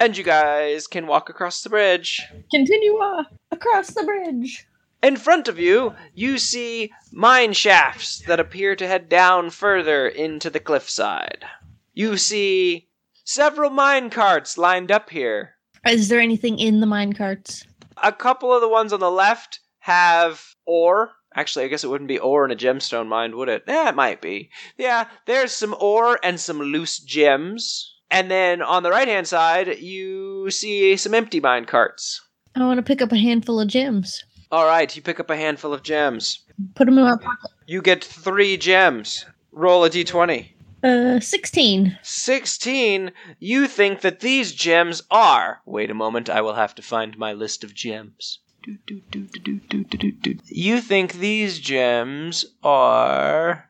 A: And you guys can walk across the bridge.
B: Continue on across the bridge.
A: In front of you, you see mine shafts that appear to head down further into the cliffside. You see several mine carts lined up here.
B: Is there anything in the mine carts?
A: A couple of the ones on the left have ore. Actually, I guess it wouldn't be ore in a gemstone mine, would it? Yeah, it might be. Yeah, there's some ore and some loose gems. And then on the right hand side, you see some empty mine carts.
B: I want to pick up a handful of gems.
A: All right, you pick up a handful of gems.
B: Put them in my pocket.
A: You get three gems. Roll a d20.
B: Uh, sixteen.
A: 16, you think that these gems are. Wait a moment, I will have to find my list of gems. Do, do, do, do, do, do, do, do, do. You think these gems are.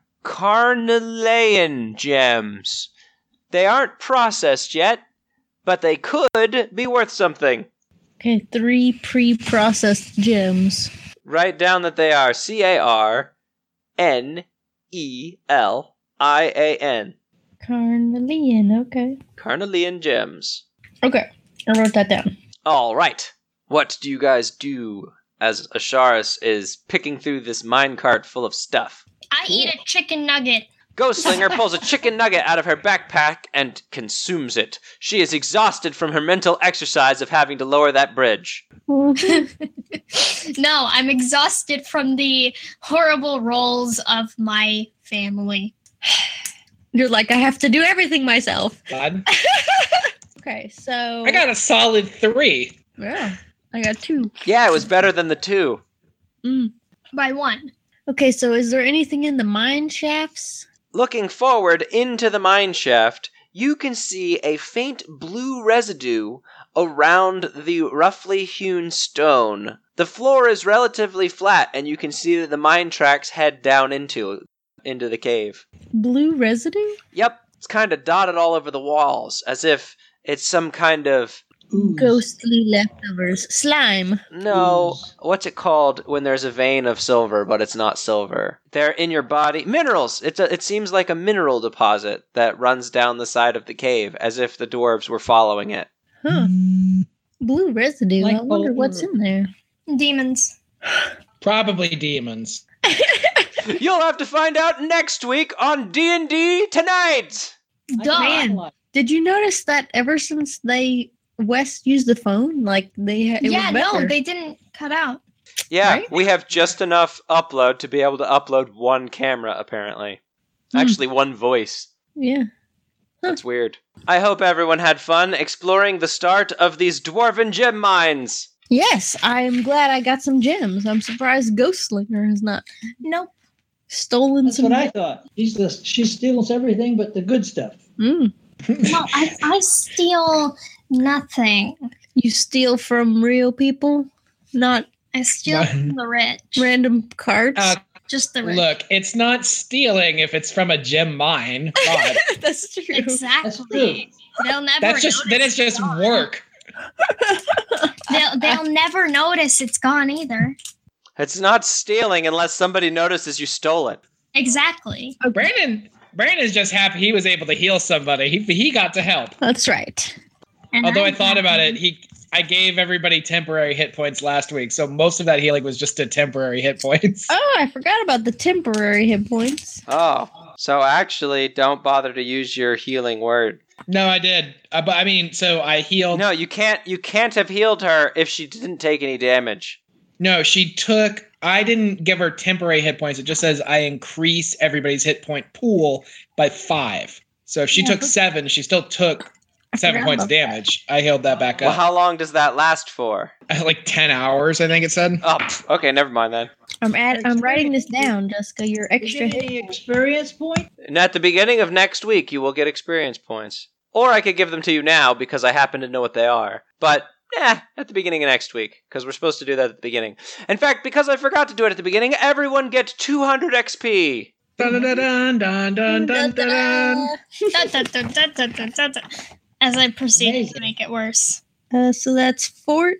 A: Carnelian gems. They aren't processed yet, but they could be worth something.
B: Okay, three pre-processed gems.
A: Write down that they are C A R N E L I A N.
B: Carnelian. Okay.
A: Carnelian gems.
B: Okay. I wrote that down.
A: All right. What do you guys do as Asharis is picking through this minecart full of stuff?
E: I eat a chicken nugget.
A: Ghostslinger pulls a chicken nugget out of her backpack and consumes it. She is exhausted from her mental exercise of having to lower that bridge.
E: Mm-hmm. no, I'm exhausted from the horrible roles of my family.
B: You're like, I have to do everything myself.
G: God.
B: Okay, so
G: I got a solid three.
B: yeah, I got two.
A: Yeah, it was better than the two.
E: By one.
B: Okay, so is there anything in the mine shafts?
A: Looking forward into the mine shaft, you can see a faint blue residue around the roughly hewn stone. The floor is relatively flat, and you can see that the mine tracks head down into into the cave.
B: Blue residue?
A: Yep, it's kind of dotted all over the walls, as if it's some kind of
C: Ooze.
B: Ghostly leftovers. Slime.
A: no.
C: Ooze.
A: What's it called when there's a vein of silver, but it's not silver? They're in your body. Minerals. It's a, it seems like a mineral deposit that runs down the side of the cave, as if the dwarves were following it.
B: Huh.
C: Mm.
B: Blue residue. I
C: Like
B: wonder what's
C: over-
B: in there.
E: Demons.
D: Probably demons.
A: You'll have to find out next week on D and D tonight.
C: I
E: Duh.
C: got
B: Man.
C: one.
B: Did you notice that ever since they West used the phone, like they had it
E: yeah,
B: was
E: no,
B: better?
E: they didn't cut out.
A: Yeah,
B: Right?
A: we have just enough upload to be able to upload one camera, apparently. Actually, one voice.
B: yeah.
A: That's weird. I hope everyone had fun exploring the start of these dwarven gem mines.
B: Yes, I am glad I got some gems. I'm surprised Ghost Slinger has not
E: Nope.
B: stolen
C: That's
B: some.
C: what I thought. She's the, she steals everything but the good stuff.
B: Mm.
E: No, I, I steal nothing.
B: You steal from real people, not
E: I steal
D: No.
E: from the rich.
B: random cards.
D: Uh,
E: Just the rich.
D: Look, it's not stealing if it's from a gem mine. God.
B: That's true.
E: Exactly. They'll never.
D: That's just
E: notice
D: then it's just
E: gone.
D: work.
E: They'll they'll never notice it's gone either.
A: It's not stealing unless somebody notices you stole it.
E: Exactly.
D: Brandon Brandon's just happy he was able to heal somebody. He he got to help.
B: That's right.
E: And
D: Although I
E: I'm
D: thought about
E: happy.
D: it, he I gave everybody temporary hit points last week, so most of that healing was just to temporary hit points.
B: Oh, I forgot about the temporary hit points.
A: Oh, so actually, don't bother to use your healing word.
D: No, I did. Uh, but I mean, so I healed. No,
A: No, you can't. You can't have healed her if she didn't take any damage.
D: she took. I didn't give her temporary hit points. It just says I increase everybody's hit point pool by five. So if she
B: Yeah,
D: took
B: but-
D: seven, she still took
B: I
D: seven
B: forgot
D: points of
B: about that.
D: damage. I healed that back
A: Well,
D: up.
A: how long does that last for?
D: like ten hours, I think it said.
A: Oh, pff, okay, never mind then.
B: I'm add- I'm writing this down, Jessica. Your
C: Did you
B: extra
C: get
B: hit.
C: any experience point?
A: And at the beginning of next week, you will get experience points. Or I could give them to you now because I happen to know what they are. But, eh, at the beginning of next week because we're supposed to do that at the beginning. In fact, because I forgot to do it at the beginning, everyone get 200 XP.
D: Dun, dun, dun, dun, dun, dun, dun, dun.
E: Dun, dun, dun, dun, dun, dun, dun, dun. As I proceeded to
C: Amazing.
E: make it worse.
B: Uh, so that's four.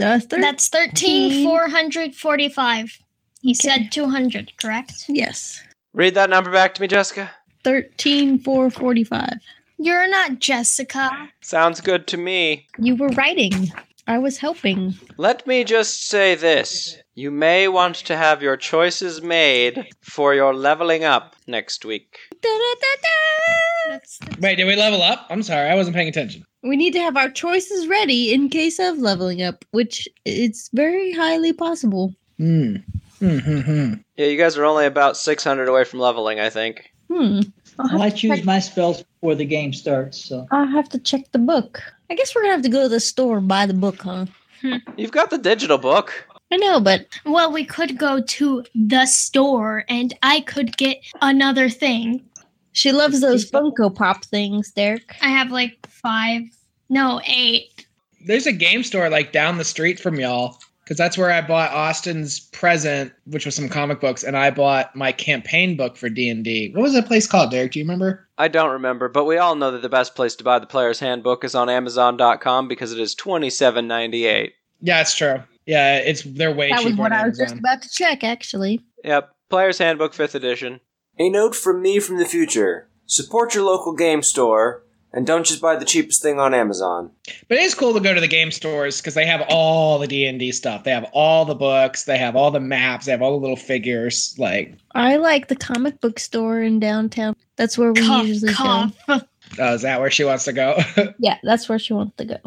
B: Uh, thir-
E: That's 13, 445. You said 200, correct?
B: yes,
A: Read that number back to me, Jessica.
B: thirteen four forty five.
E: You're not Jessica.
A: Sounds good to me.
B: You were writing. I was helping.
A: Let me just say this. You may want to have your choices made for your leveling up next week.
B: Da-da-da-da!
E: That's the
D: Wait, did we level up? I'm sorry, I wasn't paying attention.
B: We need to have our choices ready in case of leveling up, which it's very highly possible.
D: Hmm. Mm-hmm.
A: Yeah, you guys are only about 600 away from leveling, I think.
B: Hmm.
C: Well, I choose my spells before the game starts, so
B: I'll have to check the book. I guess we're gonna have to go to the store and buy the book, huh?
A: You've got the digital book.
B: I know, but
E: Well, we could go to the store and I could get another thing.
B: she loves those Funko Pop things, Derek.
E: I have like five, no, eight.
D: There's a game store like down the street from y'all because that's where I bought Austin's present, which was some comic books, and I bought my campaign book for D and D. What was that place called, Derek? Do you remember?
A: I don't remember, but we all know that the best place to buy the player's handbook is on Amazon.com because it is twenty seven ninety eight.
D: Yeah, it's true. Yeah, it's they're way
B: That
D: cheaper
B: was what
D: on
B: I was just
D: Amazon.
B: about to check, actually.
A: Yep, Player's Handbook Fifth Edition. A note from me from the future: support your local game store and don't just buy the cheapest thing on Amazon.
D: But it is cool to go to the game stores because they have all the D and D stuff. They have all the books. They have all the maps. They have all the little figures. Like
B: I like the comic book store in downtown. That's where we
E: Cough,
B: usually
E: cough.
B: go.
D: Oh, is uh, that where she wants to go?
B: Yeah, that's where she wants to go.